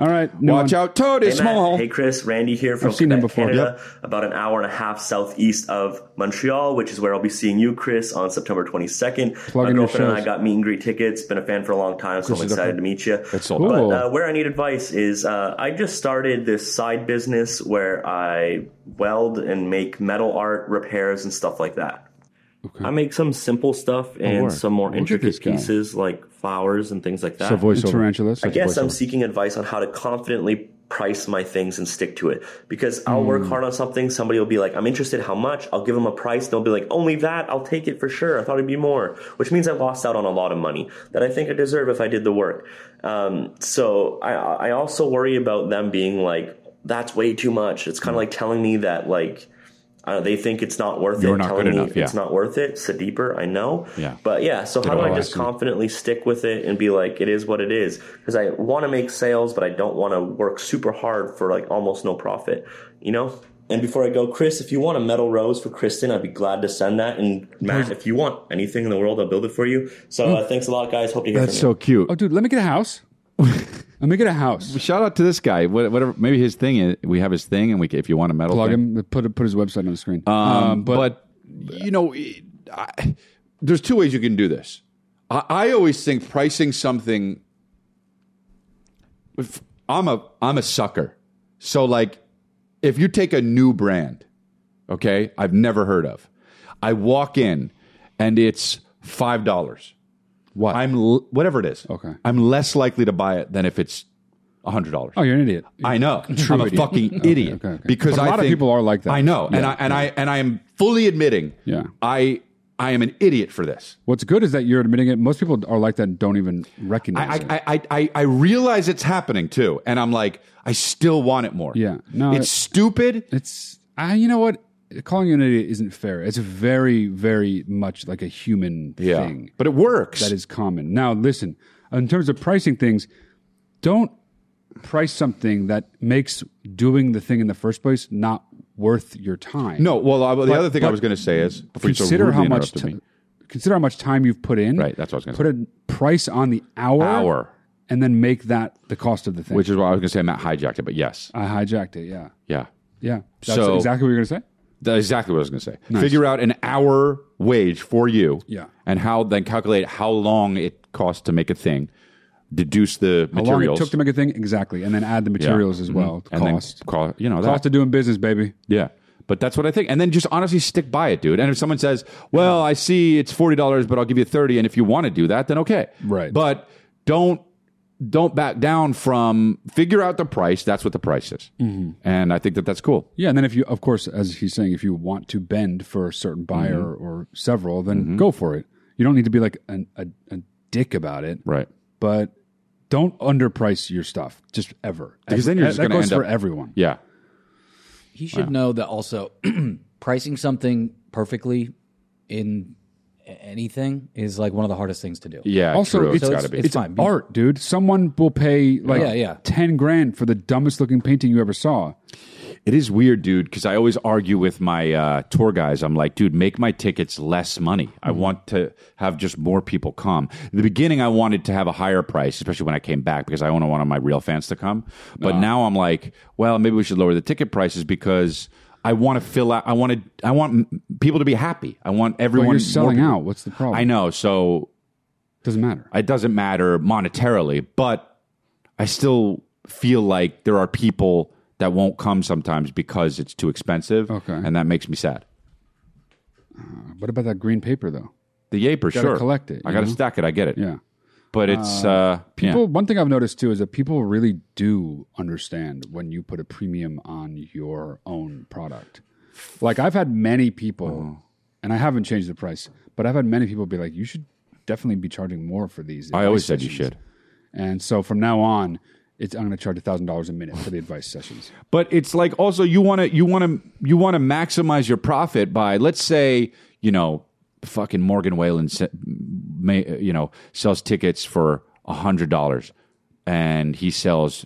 Speaker 2: All right. no
Speaker 3: Watch
Speaker 2: one-
Speaker 3: out, Toad
Speaker 11: Hey,
Speaker 3: is
Speaker 11: Matt.
Speaker 3: small.
Speaker 11: Hey, Chris. Randy here from
Speaker 2: I've seen him
Speaker 11: Quebec,
Speaker 2: before.
Speaker 11: Canada, about an hour and a half southeast of Montreal, which is where I'll be seeing you, Chris, on September 22nd.
Speaker 2: Plug
Speaker 11: My
Speaker 2: in your
Speaker 11: girlfriend and I
Speaker 2: shows.
Speaker 11: got meet and greet tickets. Been a fan for a long time, so
Speaker 2: Chris
Speaker 11: I'm
Speaker 2: is
Speaker 11: excited
Speaker 2: up.
Speaker 11: to meet you.
Speaker 3: It's sold
Speaker 11: But
Speaker 3: out.
Speaker 11: uh, where I need advice is uh, I just started this side business where I weld and make metal art repairs and stuff like that. I make some simple stuff and
Speaker 2: Oh, word.
Speaker 11: some more
Speaker 2: Look at this
Speaker 11: intricate
Speaker 2: guy.
Speaker 11: pieces like flowers and things like that.
Speaker 2: So voiceover. Tarantulas.
Speaker 11: I guess I'm
Speaker 2: Voiceover.
Speaker 11: seeking advice on how to confidently price my things and stick to it because I'll
Speaker 3: Hmm.
Speaker 11: work hard on something. Somebody will be like, I'm interested. How much? I'll give them a price. They'll be like, only that. I'll take it for sure. I thought it'd be more, which means I lost out on a lot of money that I think I deserve if I did the work. Um, so I, I also worry about them being like, that's way too much. It's
Speaker 3: Hmm.
Speaker 11: kind of like telling me that like, I don't know, they think it's not worth
Speaker 3: You're
Speaker 11: it.
Speaker 3: not
Speaker 11: telling
Speaker 3: good
Speaker 11: me
Speaker 3: enough, yeah.
Speaker 11: it's not worth it. So deeper, I know.
Speaker 3: Yeah.
Speaker 11: But yeah, so how do
Speaker 3: don't
Speaker 11: I just
Speaker 3: ask me.
Speaker 11: confidently stick with it and be like, it is what it is? Because I want to make sales, but I don't want to work super hard for like almost no profit, you know? And before I go, Chris, if you want a metal rose for Kristen, I'd be glad to send that. And Matt, if you want anything in the world, I'll build it for you. So uh, thanks a lot, guys. Hope to hear
Speaker 3: Mm. That's
Speaker 11: from you.
Speaker 3: so cute.
Speaker 2: Oh, dude, let me get a house. let me get a house.
Speaker 3: Shout out to this guy. What- Whatever. Maybe his thing is we have his thing, and we if you want a metal
Speaker 2: Plug
Speaker 3: thing,
Speaker 2: him. Put put his website on the screen. Um,
Speaker 3: but, you know, it- I, there's two ways you can do this. I, I always think pricing something. If I'm a I'm a sucker, so like, if you take a new brand, okay, I've never heard of, I walk in, and it's five dollars.
Speaker 2: What?
Speaker 3: I'm l- whatever it is.
Speaker 2: Okay.
Speaker 3: I'm less likely to buy it than if it's hundred dollars.
Speaker 2: oh, you're an idiot.
Speaker 3: I know.
Speaker 2: True
Speaker 3: I'm a
Speaker 2: idiot.
Speaker 3: fucking
Speaker 2: Okay,
Speaker 3: idiot
Speaker 2: okay, okay.
Speaker 3: because
Speaker 2: But
Speaker 3: I
Speaker 2: a lot of
Speaker 3: think-
Speaker 2: people are like that.
Speaker 3: I know, and
Speaker 2: Yeah,
Speaker 3: I and I and I am fully admitting.
Speaker 2: Yeah.
Speaker 3: I I am an idiot for this.
Speaker 2: What's good is that you're admitting it. Most people are like that and don't even recognize
Speaker 3: I
Speaker 2: it.
Speaker 3: I, I I I realize it's happening too, and I'm like, I still want it more.
Speaker 2: Yeah. No,
Speaker 3: it's
Speaker 2: it-
Speaker 3: stupid.
Speaker 2: It's I. You know what? Calling you an idiot isn't fair. It's very, very much like a human
Speaker 3: Yeah,
Speaker 2: thing
Speaker 3: but it works.
Speaker 2: that is common. Now, listen. In terms of pricing things, don't price something that makes doing the thing in the first place not worth your time.
Speaker 3: no. Well, I, the
Speaker 2: But-
Speaker 3: other thing I
Speaker 2: but
Speaker 3: was going to say is before you so
Speaker 2: Consider how
Speaker 3: rudely
Speaker 2: much.
Speaker 3: interrupted
Speaker 2: ti-
Speaker 3: me.
Speaker 2: Consider how much time you've put in.
Speaker 3: Right, that's what I was gonna
Speaker 2: Put a price on the hour.
Speaker 3: hour,
Speaker 2: And then make that the cost of the thing.
Speaker 3: which is what I was going to say. Matt hijacked it, but yes,
Speaker 2: I hijacked it. Yeah.
Speaker 3: yeah.
Speaker 2: Yeah. That's
Speaker 3: So-
Speaker 2: exactly what you're going to say.
Speaker 3: That's exactly what I was going to say. Figure out an hour wage for you,
Speaker 2: Yeah.
Speaker 3: and how then calculate how long it costs to make a thing. Deduce the
Speaker 2: How
Speaker 3: materials,
Speaker 2: long it took to make a thing? Exactly. And then add the
Speaker 3: Yeah.
Speaker 2: materials as
Speaker 3: Mhm.
Speaker 2: well.
Speaker 3: and then
Speaker 2: Cost.
Speaker 3: co- you know,
Speaker 2: cost
Speaker 3: that.
Speaker 2: of doing business, baby.
Speaker 3: yeah. But that's what I think. And then just honestly stick by it, dude. And if someone says, "Well, I see it's forty dollars, but I'll give you 30 and if you want to do that, then okay,
Speaker 2: Right.
Speaker 3: But don't don't back down from figure out the price. That's what the price is, mm-hmm. and I think that that's cool.
Speaker 2: Yeah. And then if you, of course, as he's saying, if you want to bend for a certain
Speaker 3: Mm-hmm.
Speaker 2: buyer or several, then go for it. You don't need to be like an, a, a dick about it,
Speaker 3: Right.
Speaker 2: but don't underprice your stuff just ever.
Speaker 3: Because then you're
Speaker 2: That-
Speaker 3: just
Speaker 2: that
Speaker 3: gonna
Speaker 2: goes
Speaker 3: end
Speaker 2: for
Speaker 3: up-
Speaker 2: everyone.
Speaker 3: Yeah.
Speaker 9: He should know that also pricing something perfectly in a- anything is like one of the hardest things to do.
Speaker 3: Yeah.
Speaker 2: Also,
Speaker 3: true.
Speaker 2: it's-
Speaker 3: it's
Speaker 9: so
Speaker 3: got to be.
Speaker 9: it's
Speaker 2: It's
Speaker 9: fine.
Speaker 2: art, dude. Someone will pay like
Speaker 9: Yeah, yeah.
Speaker 2: ten grand for the dumbest looking painting you ever saw.
Speaker 3: It is weird, dude, because I always argue with my uh, tour guys. I'm like, dude, make my tickets less money.
Speaker 2: Mm-hmm.
Speaker 3: I want to have just more people come. In the beginning, I wanted to have a higher price, especially when I came back, because I only wanted my real fans to come.
Speaker 2: Uh-huh.
Speaker 3: But now I'm like, well, maybe we should lower the ticket prices because I want to fill out. I want to. I want m- people to be happy. I want everyone.
Speaker 2: you're
Speaker 3: more
Speaker 2: selling
Speaker 3: people-
Speaker 2: out. What's the problem?
Speaker 3: I know. So
Speaker 2: Oh. Doesn't matter.
Speaker 3: it doesn't matter monetarily, but I still feel like there are people that won't come sometimes because it's too expensive.
Speaker 2: Okay.
Speaker 3: And that makes me sad.
Speaker 2: What about that green paper though?
Speaker 3: The Yaper,
Speaker 2: Gotta
Speaker 3: sure.
Speaker 2: collect it,
Speaker 3: I
Speaker 2: you
Speaker 3: got to
Speaker 2: know?
Speaker 3: stack it. I get it.
Speaker 2: Yeah.
Speaker 3: But it's, uh,
Speaker 2: People,
Speaker 3: people,
Speaker 2: one thing I've noticed too is that people really do understand when you put a premium on your own product. Like I've had many people,
Speaker 3: Uh-huh.
Speaker 2: and I haven't changed the price, but I've had many people be like, "You should definitely be charging more for these."
Speaker 3: I always
Speaker 2: advice
Speaker 3: said you
Speaker 2: sessions."
Speaker 3: should.
Speaker 2: And so from now on, it's I'm going to charge a thousand dollars a minute for the advice sessions.
Speaker 3: But it's like also you want to you want to you want to maximize your profit by let's say you know fucking Morgan Whalen se- may, you know sells tickets for a hundred dollars and he sells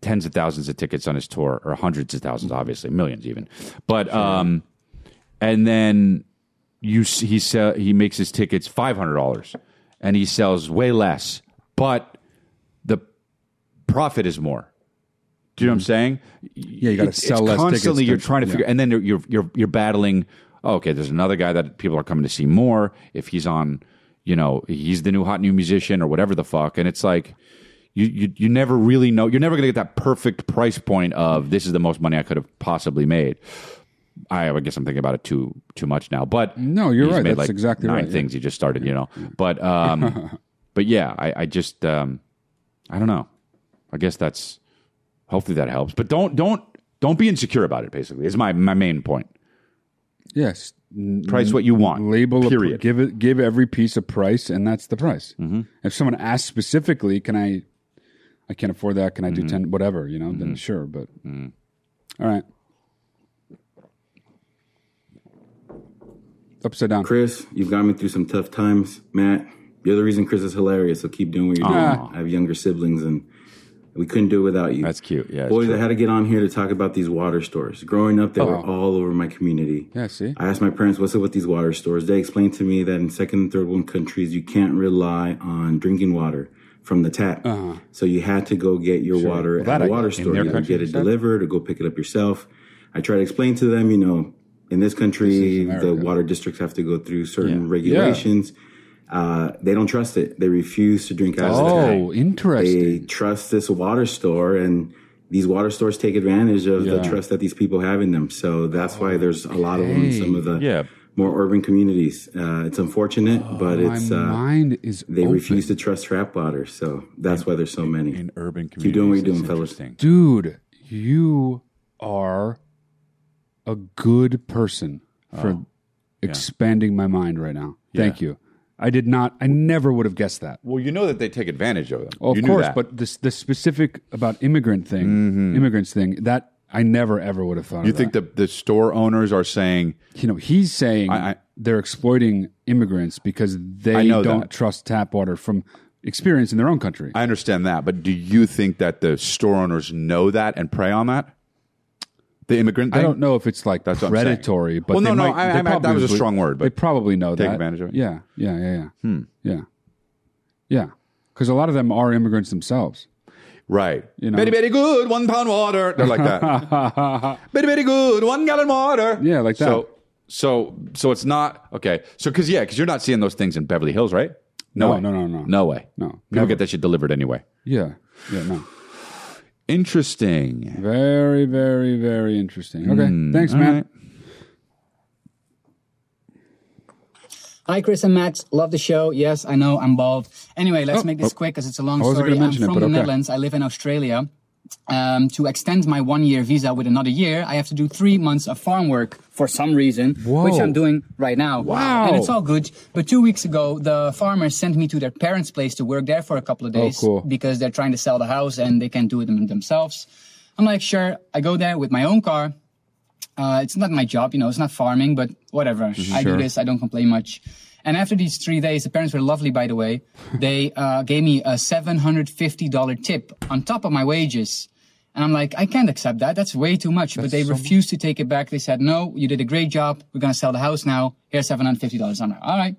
Speaker 3: tens of thousands of tickets on his tour or hundreds of thousands obviously millions even but um and then you s- he sell he makes his tickets five hundred dollars and he sells way less but the profit is more. Do you know what I'm saying? Yeah,
Speaker 2: Mm-hmm. you gotta sell less tickets
Speaker 3: Constantly, you're
Speaker 2: to-
Speaker 3: trying to
Speaker 2: yeah.
Speaker 3: figure, and then you're you're you're battling. Oh, okay, there's another guy that people are coming to see more. If he's on, you know, he's the new hot new musician or whatever the fuck, and it's like. You, you, you never really know. You're never going to get that perfect price point of this is the most money I could have possibly made. I, I guess I'm thinking about it too too much now. But
Speaker 2: No, you're
Speaker 3: he's
Speaker 2: right.
Speaker 3: made,
Speaker 2: That's
Speaker 3: like,
Speaker 2: exactly
Speaker 3: nine
Speaker 2: right, yeah.
Speaker 3: things he just started, you know. But um, but yeah, I, I just um, I don't know. I guess that's hopefully that helps. But don't don't don't be insecure about it. Basically, is my my main point.
Speaker 2: Yes,
Speaker 3: Price what you want.
Speaker 2: Label a pr-
Speaker 3: Period. Mm-hmm.
Speaker 2: give it. Give every piece a price, and that's the price. If someone asks specifically, can I? I can't afford that. Can I
Speaker 3: Mm-hmm.
Speaker 2: do ten? Whatever you know. Then sure, but all right. Upside down.
Speaker 12: Chris, you've got me through some tough times. Matt, you're the reason Chris is hilarious, so keep doing what you're doing.
Speaker 2: Aw.
Speaker 12: I have younger siblings and we couldn't do it without you. That's
Speaker 3: cute. Yeah.
Speaker 12: Boys, I had to get on here to talk about these water stores. Growing up, they were
Speaker 2: Oh.
Speaker 12: all over my community.
Speaker 2: Yeah. See.
Speaker 12: I asked my parents, what's up with these water stores? They explained to me that in second and third world countries, you can't rely on drinking water from the
Speaker 3: Uh.
Speaker 12: tap.
Speaker 3: Uh-huh.
Speaker 12: So you had to go get your water
Speaker 2: Uh-huh. Well, that
Speaker 12: at
Speaker 2: I
Speaker 12: a
Speaker 2: get.
Speaker 12: water
Speaker 2: In
Speaker 12: store.
Speaker 2: their
Speaker 12: You could
Speaker 2: country,
Speaker 12: get
Speaker 2: you
Speaker 12: it
Speaker 2: said?
Speaker 12: delivered or go pick it up yourself. I try to explain to them, you know, in this country, the water districts have to go through certain regulations. Uh, they don't trust it. They refuse to drink out of the tap
Speaker 2: Oh, interesting.
Speaker 12: they trust this water store and these water stores take advantage of the
Speaker 2: Yeah.
Speaker 12: trust that these people have in them so that's why there's a lot of them in some of the
Speaker 3: Yeah.
Speaker 12: more urban communities uh, it's unfortunate but
Speaker 2: My
Speaker 12: it's uh,
Speaker 2: mind is
Speaker 12: they
Speaker 2: open.
Speaker 12: refuse to trust trap water so that's why there's so many in
Speaker 3: urban communities
Speaker 12: keep doing what you're doing fellas
Speaker 2: dude you are a good person for
Speaker 3: Oh, yeah.
Speaker 2: expanding my mind right now thank
Speaker 3: Yeah.
Speaker 2: you i did not i never would have guessed that
Speaker 3: Well, you know that they take advantage of them.
Speaker 2: well,
Speaker 3: You
Speaker 2: of
Speaker 3: knew
Speaker 2: course
Speaker 3: that. Mm-hmm.
Speaker 2: but this the specific about immigrant thing immigrants thing that i never ever would have thought
Speaker 3: you
Speaker 2: of
Speaker 3: think
Speaker 2: that.
Speaker 3: the the store owners are saying
Speaker 2: you know he's saying they're exploiting immigrants because
Speaker 3: I
Speaker 2: they
Speaker 3: know
Speaker 2: don't
Speaker 3: that.
Speaker 2: trust tap water from experience in their own country
Speaker 3: I understand that, but do you think that the store owners know that and prey on that? The immigrant. Thing?
Speaker 2: I don't know if it's like
Speaker 3: That's what I'm saying.
Speaker 2: predatory, but
Speaker 3: well, no,
Speaker 2: they
Speaker 3: no,
Speaker 2: might-
Speaker 3: I,
Speaker 2: they
Speaker 3: I, meant that
Speaker 2: probably
Speaker 3: was a
Speaker 2: would-
Speaker 3: strong word, but
Speaker 2: they probably know
Speaker 3: take
Speaker 2: that.
Speaker 3: advantage of it.
Speaker 2: Yeah, yeah, yeah, yeah.
Speaker 3: Hmm.
Speaker 2: Yeah, yeah, because a lot of them are immigrants themselves.
Speaker 3: Right.
Speaker 2: You know,
Speaker 3: Very, very good. One pound water. They're like that. very, very good. One gallon water.
Speaker 2: Yeah, like that.
Speaker 3: So, so, so it's not okay. So, because yeah, because you're not seeing those things in Beverly Hills, right?
Speaker 2: No,
Speaker 3: way.
Speaker 2: no, no, no.
Speaker 3: no way.
Speaker 2: No,
Speaker 3: people
Speaker 2: never.
Speaker 3: get that shit delivered anyway.
Speaker 2: yeah, yeah, no.
Speaker 3: Interesting.
Speaker 2: Very, very, very interesting. Okay,
Speaker 3: Mm,
Speaker 2: thanks,
Speaker 3: all
Speaker 2: man.
Speaker 3: right.
Speaker 13: Hi, Chris and Matt. Love the show. Yes, I know I'm bald. Anyway, let's
Speaker 14: Oh.
Speaker 13: make this
Speaker 14: Oh.
Speaker 13: quick because it's a long
Speaker 14: I wasn't
Speaker 13: story.
Speaker 14: gonna
Speaker 13: I'm
Speaker 14: mention it,
Speaker 13: from
Speaker 14: but
Speaker 13: the
Speaker 14: okay.
Speaker 13: Netherlands. I live in Australia. Um, to extend my one year visa with another year, I have to do three months of farm work for some reason, which
Speaker 14: Whoa.
Speaker 13: I'm doing right now.
Speaker 14: Wow.
Speaker 13: And it's all good. But two weeks ago, the farmers sent me to their parents' place to work there for a couple of
Speaker 14: Oh,
Speaker 13: days
Speaker 14: cool.
Speaker 13: because they're trying to sell the house and they can't do it them- themselves. I'm like, sure. I go there with my own car. Uh, it's not my job, you know, it's not farming, but whatever. I do
Speaker 14: Mm-hmm. Sure.
Speaker 13: this, I don't complain much. And after these three days, the parents were lovely, by the way. They uh, gave me a $750 tip on top of my wages. And I'm like, I can't accept that. That's way too much. but they refused to take it back. They said, no, you did a great job. We're going to sell the house now. Here's $750. I'm like, all right.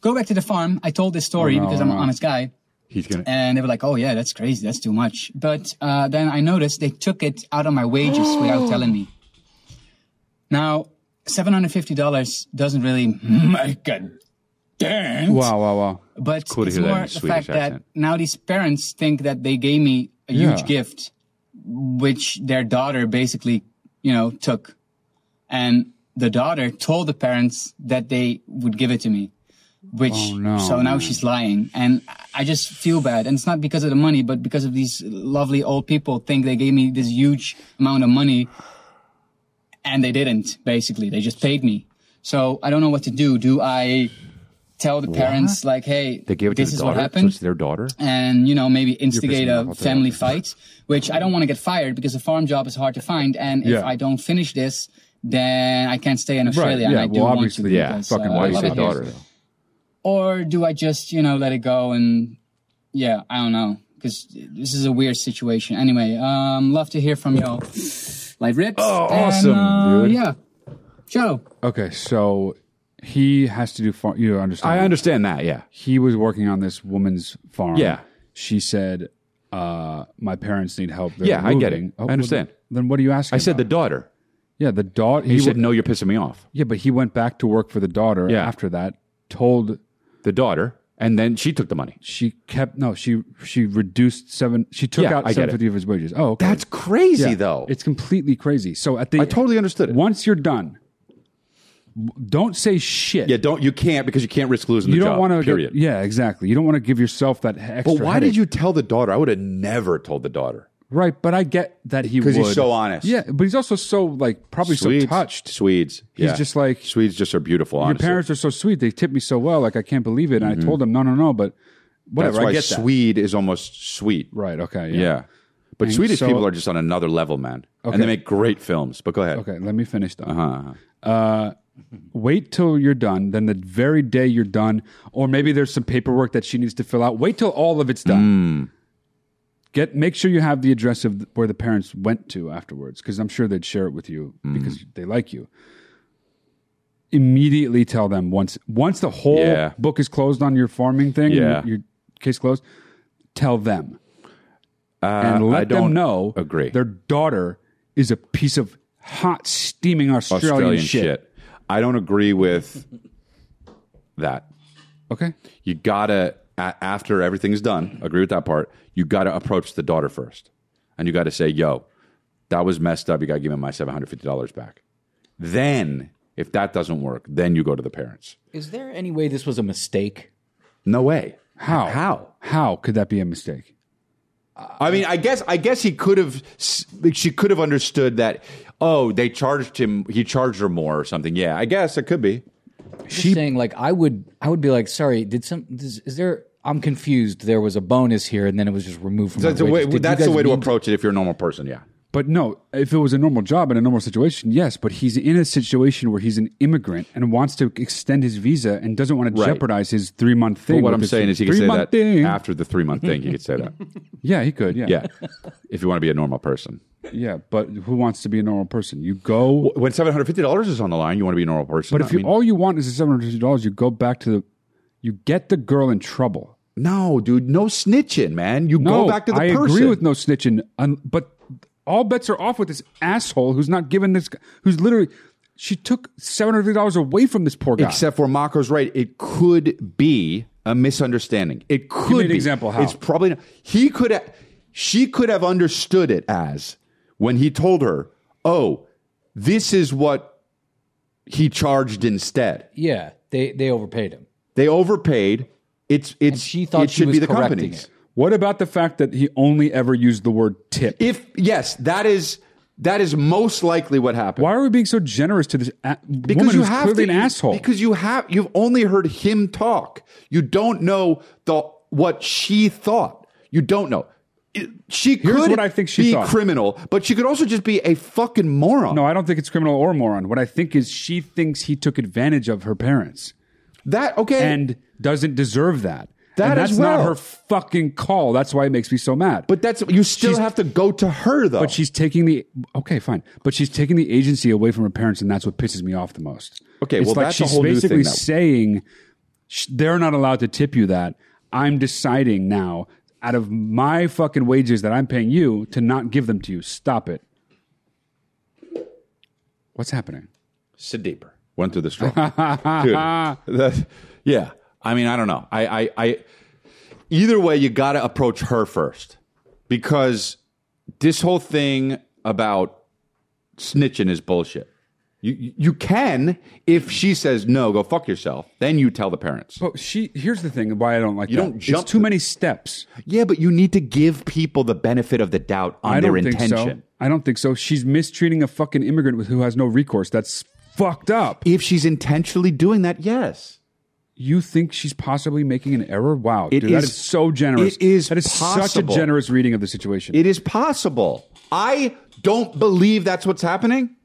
Speaker 13: Go back to the farm. I told this
Speaker 14: Oh,
Speaker 13: story
Speaker 14: no,
Speaker 13: because I'm
Speaker 14: no.
Speaker 13: an honest guy.
Speaker 3: He's gonna.
Speaker 13: And they were like, "Oh yeah, that's crazy. That's too much." But uh, then I noticed they took it out of my wages without telling me. Now, seven hundred fifty dollars doesn't really make a dent.
Speaker 2: Wow, wow, wow.
Speaker 13: But
Speaker 2: Cool to
Speaker 13: it's
Speaker 2: hear that in
Speaker 13: more
Speaker 2: a
Speaker 13: the
Speaker 2: Swedish
Speaker 13: fact
Speaker 2: accent.
Speaker 13: that now these parents think that they gave me a huge
Speaker 2: Yeah.
Speaker 13: gift, which their daughter basically, you know, took, and the daughter told the parents that they would give it to me which
Speaker 14: Oh, no,
Speaker 13: so now
Speaker 14: man.
Speaker 13: she's lying and i just feel bad and it's not because of the money but because of these lovely old people think they gave me this huge amount of money and they didn't basically they just paid me so i don't know what to do do i tell the
Speaker 2: What?
Speaker 13: parents like, hey,
Speaker 2: They gave it to
Speaker 13: this
Speaker 2: the
Speaker 13: is
Speaker 2: daughter.
Speaker 13: what
Speaker 2: So
Speaker 13: happened.
Speaker 2: it's their daughter.
Speaker 13: and you know maybe instigate
Speaker 2: pissing me off
Speaker 13: a
Speaker 2: with that.
Speaker 13: family fight which i don't want to get fired because a farm job is hard to find and if
Speaker 2: Yeah.
Speaker 13: i don't finish this then i can't stay in australia
Speaker 2: right?
Speaker 13: and
Speaker 2: Yeah.
Speaker 13: i do
Speaker 2: Well,
Speaker 13: want to
Speaker 2: obviously, yeah.
Speaker 13: because,
Speaker 2: Fucking
Speaker 13: uh, I
Speaker 2: why
Speaker 13: love
Speaker 2: is your
Speaker 13: it here.
Speaker 2: daughter? though?
Speaker 13: or do i just you know let it go and yeah i don't know because this is a weird situation anyway um love to hear from y'all live rips
Speaker 2: Oh,
Speaker 13: And,
Speaker 2: awesome,
Speaker 13: uh,
Speaker 2: dude.
Speaker 13: yeah joe
Speaker 2: Okay, so he has to do farm. You understand?
Speaker 3: I
Speaker 2: understand that. Yeah, he was working on this woman's farm.
Speaker 3: Yeah.
Speaker 2: she said, uh, "My parents need help." They're
Speaker 3: Yeah, I get it.
Speaker 2: moving." Oh,
Speaker 3: I
Speaker 2: well,
Speaker 3: understand.
Speaker 2: then what are you asking?
Speaker 3: I said
Speaker 2: about?
Speaker 3: the daughter.
Speaker 2: Yeah, the daughter.
Speaker 3: He, said, "No, you're pissing me off."
Speaker 2: Yeah, but he went back to work for the daughter
Speaker 3: Yeah.
Speaker 2: after that, told
Speaker 3: the daughter, and then she took the money.
Speaker 2: She kept no, she she reduced seven she took
Speaker 3: Yeah,
Speaker 2: out
Speaker 3: I get
Speaker 2: seven
Speaker 3: it.
Speaker 2: fifty of his wages. Oh okay. That's
Speaker 3: crazy, though.
Speaker 2: It's completely crazy. So at the I totally understood it. Once you're done, w- don't say shit.
Speaker 3: Yeah, don't you can't because you can't risk losing
Speaker 2: you
Speaker 3: the
Speaker 2: don't
Speaker 3: job.
Speaker 2: want to
Speaker 3: period.
Speaker 2: yeah, exactly. You don't want to give yourself that he- extra
Speaker 3: but why
Speaker 2: headache.
Speaker 3: did you tell the daughter? I would have never told the daughter.
Speaker 2: Right, but I get that he
Speaker 3: 'Cause he's
Speaker 2: would.
Speaker 3: so honest.
Speaker 2: Yeah, but he's also so like probably so
Speaker 3: Swedes-
Speaker 2: touched.
Speaker 3: Swedes.
Speaker 2: He's
Speaker 3: yeah.
Speaker 2: just like
Speaker 3: Swedes. Just are beautiful. Honestly,
Speaker 2: Your parents are so sweet. They tip me so well. Like I can't believe it. And I told them, no, no, no. But whatever.
Speaker 3: Mm-hmm. That's why
Speaker 2: I get that.
Speaker 3: Swede is almost sweet.
Speaker 2: Right. Okay.
Speaker 3: Yeah.
Speaker 2: Yeah.
Speaker 3: But
Speaker 2: And
Speaker 3: Swedish
Speaker 2: so-
Speaker 3: people are just on another level, man. And
Speaker 2: Okay.
Speaker 3: they make great films. But go ahead.
Speaker 2: Okay, let me finish though.
Speaker 3: Uh-huh.
Speaker 2: Uh, wait till you're done. Then the very day you're done, or maybe there's some paperwork that she needs to fill out. Wait till all of it's
Speaker 3: Mm.
Speaker 2: done. Get make sure you have the address of where the parents went to afterwards, because I'm sure they'd share it with you
Speaker 3: Mm.
Speaker 2: because they like you. Immediately tell them once once the whole
Speaker 3: Yeah.
Speaker 2: book is closed on your farming thing,
Speaker 3: Yeah.
Speaker 2: your, your case closed. Tell them
Speaker 3: Uh,
Speaker 2: and let
Speaker 3: I don't
Speaker 2: them know
Speaker 3: agree.
Speaker 2: their daughter is a piece of hot steaming Australian, shit.
Speaker 3: I don't agree with that.
Speaker 2: Okay.
Speaker 3: You gotta a- after everything's done. Agree with that part. You gotta approach the daughter first, and you gotta say, "Yo, that was messed up. You gotta give me my seven hundred fifty dollars back." Then, if that doesn't work, then you go to the parents.
Speaker 9: Is there any way this was a mistake?
Speaker 3: No way.
Speaker 2: How? How? How could that be a mistake?
Speaker 3: I mean, I guess I guess he could have s- she could have understood that. Oh, they charged him. He charged her more or something. Yeah, I guess it could be.
Speaker 9: Just saying like I would I would be like sorry did some is, is there I'm confused there was a bonus here and then it was just removed from
Speaker 3: That's
Speaker 9: my
Speaker 3: the way.
Speaker 9: wages. Did you
Speaker 3: That's the
Speaker 9: guys
Speaker 3: way to
Speaker 9: mean
Speaker 3: approach it if you're a normal person. Yeah.
Speaker 2: But no, if it was a normal job in a normal situation, yes. But he's in a situation where he's an immigrant and wants to extend his visa and doesn't want to
Speaker 3: Right.
Speaker 2: jeopardize his three month thing.
Speaker 3: But what
Speaker 2: with
Speaker 3: I'm
Speaker 2: this
Speaker 3: saying is he could say
Speaker 2: three-month
Speaker 3: that
Speaker 2: thing.
Speaker 3: after the three month thing. He could say that.
Speaker 2: Yeah, he could. Yeah,
Speaker 3: Yeah. if you want to be a normal person.
Speaker 2: yeah. But who wants to be a normal person? You go.
Speaker 3: When seven hundred fifty dollars is on the line, you want to be a normal person.
Speaker 2: But if
Speaker 3: I
Speaker 2: you,
Speaker 3: mean-
Speaker 2: all you want is the seven hundred fifty dollars, you go back to the. You get the girl in trouble.
Speaker 3: no, dude, no snitching, man. You
Speaker 2: no,
Speaker 3: go back to the
Speaker 2: I
Speaker 3: person.
Speaker 2: agree with no snitching, un- but all bets are off with this asshole who's not giving this. g- Who's literally, she took seven hundred dollars away from this poor guy.
Speaker 3: Except for Marco's right, it could be a misunderstanding. It could
Speaker 2: me an
Speaker 3: be.
Speaker 2: example how.
Speaker 3: It's probably not. he could ha- she could have understood it as when he told her, "Oh, this is what he charged instead."
Speaker 9: yeah they they overpaid him
Speaker 3: They overpaid. It's it's she
Speaker 9: thought
Speaker 3: it
Speaker 9: she
Speaker 3: should
Speaker 9: was
Speaker 3: be the
Speaker 9: correcting
Speaker 3: company's.
Speaker 9: it.
Speaker 2: What about the fact that he only ever used the word tip?
Speaker 3: If yes, that is that is most likely what happened.
Speaker 2: Why are we being so generous to this a- woman who's clearly an asshole?
Speaker 3: Because you have you've only heard him talk. You don't know the what she thought. You don't know. It- She
Speaker 2: Here's
Speaker 3: could
Speaker 2: what I think she
Speaker 3: be
Speaker 2: thought.
Speaker 3: criminal, but she could also just be a fucking moron.
Speaker 2: no, I don't think it's criminal or moron. What I think is she thinks he took advantage of her parents.
Speaker 3: That okay?
Speaker 2: and doesn't deserve that.
Speaker 3: That
Speaker 2: and
Speaker 3: as
Speaker 2: that's
Speaker 3: well.
Speaker 2: not her fucking call. That's why it makes me so mad.
Speaker 3: But that's you still have to go to her though.
Speaker 2: But she's taking the okay, fine. But she's taking the agency away from her parents, and that's what pisses me off the most.
Speaker 3: Okay,
Speaker 2: it's
Speaker 3: well,
Speaker 2: like
Speaker 3: that's a
Speaker 2: she's
Speaker 3: whole new
Speaker 2: basically
Speaker 3: thing that-
Speaker 2: saying sh- they're not allowed to tip you that. I'm deciding now out of my fucking wages that I'm paying you to not give them to you. Stop it. What's happening?
Speaker 3: Sit deeper. Went through the straw. Dude, that- yeah. I mean, I don't know. I, I, I either way, you got to approach her first because this whole thing about snitching is bullshit. You, you- you can if she says no, go fuck yourself. Then you tell the parents.
Speaker 2: But she here's the thing why I don't like
Speaker 3: You
Speaker 2: that.
Speaker 3: don't
Speaker 2: It's
Speaker 3: jump
Speaker 2: too many steps.
Speaker 3: Yeah, but you need to give people the benefit of the doubt on
Speaker 2: I
Speaker 3: their
Speaker 2: don't think
Speaker 3: intention.
Speaker 2: so. I don't think so. She's mistreating a fucking immigrant with who has no recourse. That's fucked up.
Speaker 3: If she's intentionally doing that, yes.
Speaker 2: You think she's possibly making an error? Wow,
Speaker 3: It
Speaker 2: dude, that
Speaker 3: is-
Speaker 2: is so generous.
Speaker 3: it is
Speaker 2: that is such a
Speaker 3: possible.
Speaker 2: generous reading of the situation.
Speaker 3: It is possible. I don't believe that's what's happening,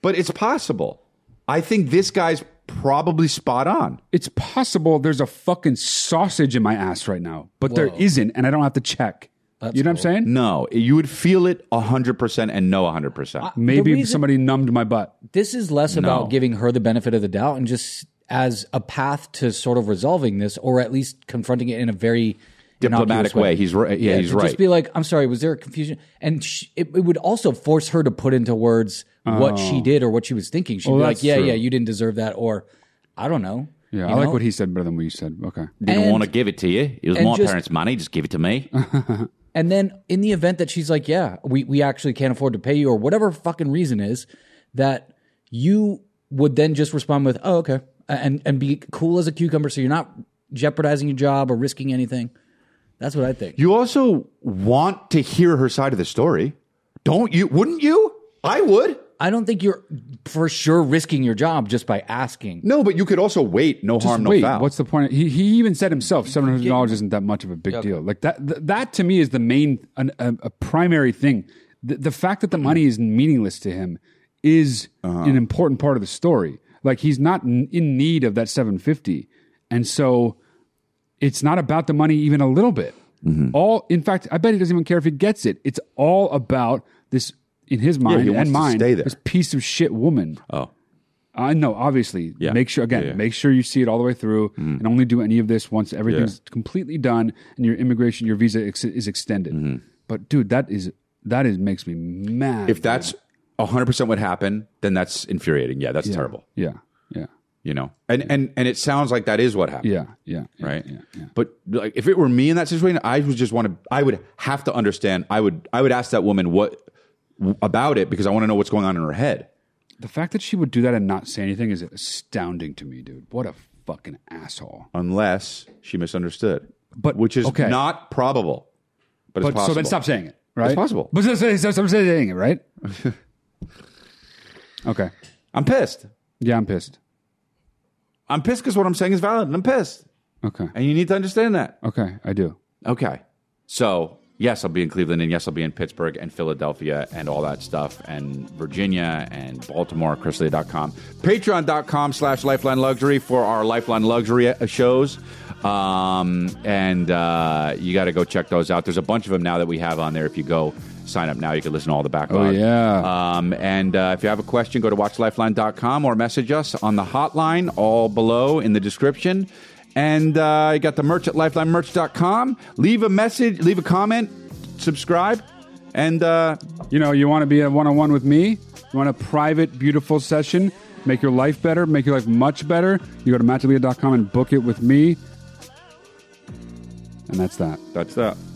Speaker 3: but it's possible. I think this guy's probably spot on.
Speaker 2: It's possible there's a fucking sausage in my ass right now, but there
Speaker 3: Whoa.
Speaker 2: isn't, and I don't have to check. you know what I'm saying?
Speaker 3: No, you would feel it 100% and know 100%.
Speaker 2: Maybe somebody numbed my butt.
Speaker 9: This is less
Speaker 3: No.
Speaker 9: about giving her the benefit of the doubt and just as a path to sort of resolving this, or at least confronting it in a very
Speaker 3: Diplomatic
Speaker 9: innocuous
Speaker 3: way. He's right- yeah, he's
Speaker 9: to
Speaker 3: right.
Speaker 9: Just be like, "I'm sorry, was there a confusion?" And sh it, it would also force her to put into words
Speaker 2: Oh.
Speaker 9: what she did or what she was thinking. She'd
Speaker 2: Well,
Speaker 9: be like,
Speaker 2: that's
Speaker 9: "Yeah,
Speaker 2: true.
Speaker 9: yeah, you didn't deserve that," or "I don't know."
Speaker 2: Yeah,
Speaker 9: You
Speaker 2: I like
Speaker 9: know?
Speaker 2: what he said better than what you said. Okay.
Speaker 9: Didn't And- wanna
Speaker 3: give it to you. It
Speaker 9: was and my just- parents'
Speaker 3: money. Just give it to me.
Speaker 9: And then in the event that she's like, yeah, we, we actually can't afford to pay you or whatever fucking reason is that you would then just respond with, oh, okay. And, and be cool as a cucumber. So you're not jeopardizing your job or risking anything. That's what I think.
Speaker 3: You also want to hear her side of the story, don't you? Wouldn't you? I would.
Speaker 9: I don't think you're for sure risking your job just by asking.
Speaker 3: No, but you could also wait. No
Speaker 2: Just
Speaker 3: harm, no
Speaker 2: wait,
Speaker 3: foul.
Speaker 2: What's the point? He, he even said himself, seven hundred dollars isn't that much of a big deal. Like that. Th- that to me is the main, an, a, a primary thing. The, the fact that the money is meaningless to him is
Speaker 3: Uh-huh.
Speaker 2: an important part of the story. Like he's not n- in need of that seven fifty, and so it's not about the money even a little bit.
Speaker 3: Mm-hmm.
Speaker 2: All, in fact, I bet he doesn't even care if he gets it. It's all about this in his mind
Speaker 3: he wants
Speaker 2: and
Speaker 3: to
Speaker 2: mine.
Speaker 3: stay there.
Speaker 2: This piece of shit woman.
Speaker 3: Oh.
Speaker 2: I know, obviously.
Speaker 3: Yeah.
Speaker 2: Make sure again,
Speaker 3: Yeah, Mm-hmm. yeah.
Speaker 2: make sure you see it all the way through, and only do any of this once everything's completely done and your immigration, your visa ex- is extended.
Speaker 3: Mm-hmm.
Speaker 2: But dude, that is that is makes me mad.
Speaker 3: If that's 100% what happened, then that's infuriating. Yeah, that's
Speaker 2: Yeah.
Speaker 3: terrible.
Speaker 2: yeah, yeah,
Speaker 3: You know? And, and, and it sounds like that is what happened.
Speaker 2: yeah, yeah,
Speaker 3: right? But like, if it were me in that situation, I would just want to. I would have to understand. I would. I would ask that woman what about it because I want to know what's going on in her head.
Speaker 2: The fact that she would do that and not say anything is astounding to me, dude. What a fucking asshole.
Speaker 3: Unless she misunderstood,
Speaker 2: but
Speaker 3: which is
Speaker 2: okay.
Speaker 3: not probable. But, it's
Speaker 2: so
Speaker 3: possible.
Speaker 2: then stop saying it, right?
Speaker 3: It's possible.
Speaker 2: But so, so, so, so saying it, right? okay.
Speaker 3: I'm pissed.
Speaker 2: Yeah, I'm pissed.
Speaker 3: I'm pissed because what I'm saying is valid, and I'm pissed.
Speaker 2: Okay.
Speaker 3: And you need to understand that.
Speaker 2: Okay, I do.
Speaker 3: Okay. So yes, I'll be in Cleveland, and yes, I'll be in Pittsburgh and Philadelphia and all that stuff, and Virginia and Baltimore. Chrisley.com, Patreon.com slash Lifeline Luxury for our Lifeline Luxury uh, shows, um, and uh, you got to go check those out. There's a bunch of them now that we have on there. If you go sign up now, you can listen to all the backlog.
Speaker 2: Oh, yeah.
Speaker 3: Um, and uh, if you have a question, go to WatchLifeline.com or message us on the hotline, all below in the description. And uh, you got the merch at lifelinemerch.com. Leave a message, leave a comment, subscribe, and uh,
Speaker 2: You know, you want to be a one on one with me? You want a private, beautiful session? Make your life better, make your life much better. You go to matchalia.com and book it with me. And that's that.
Speaker 3: that's that.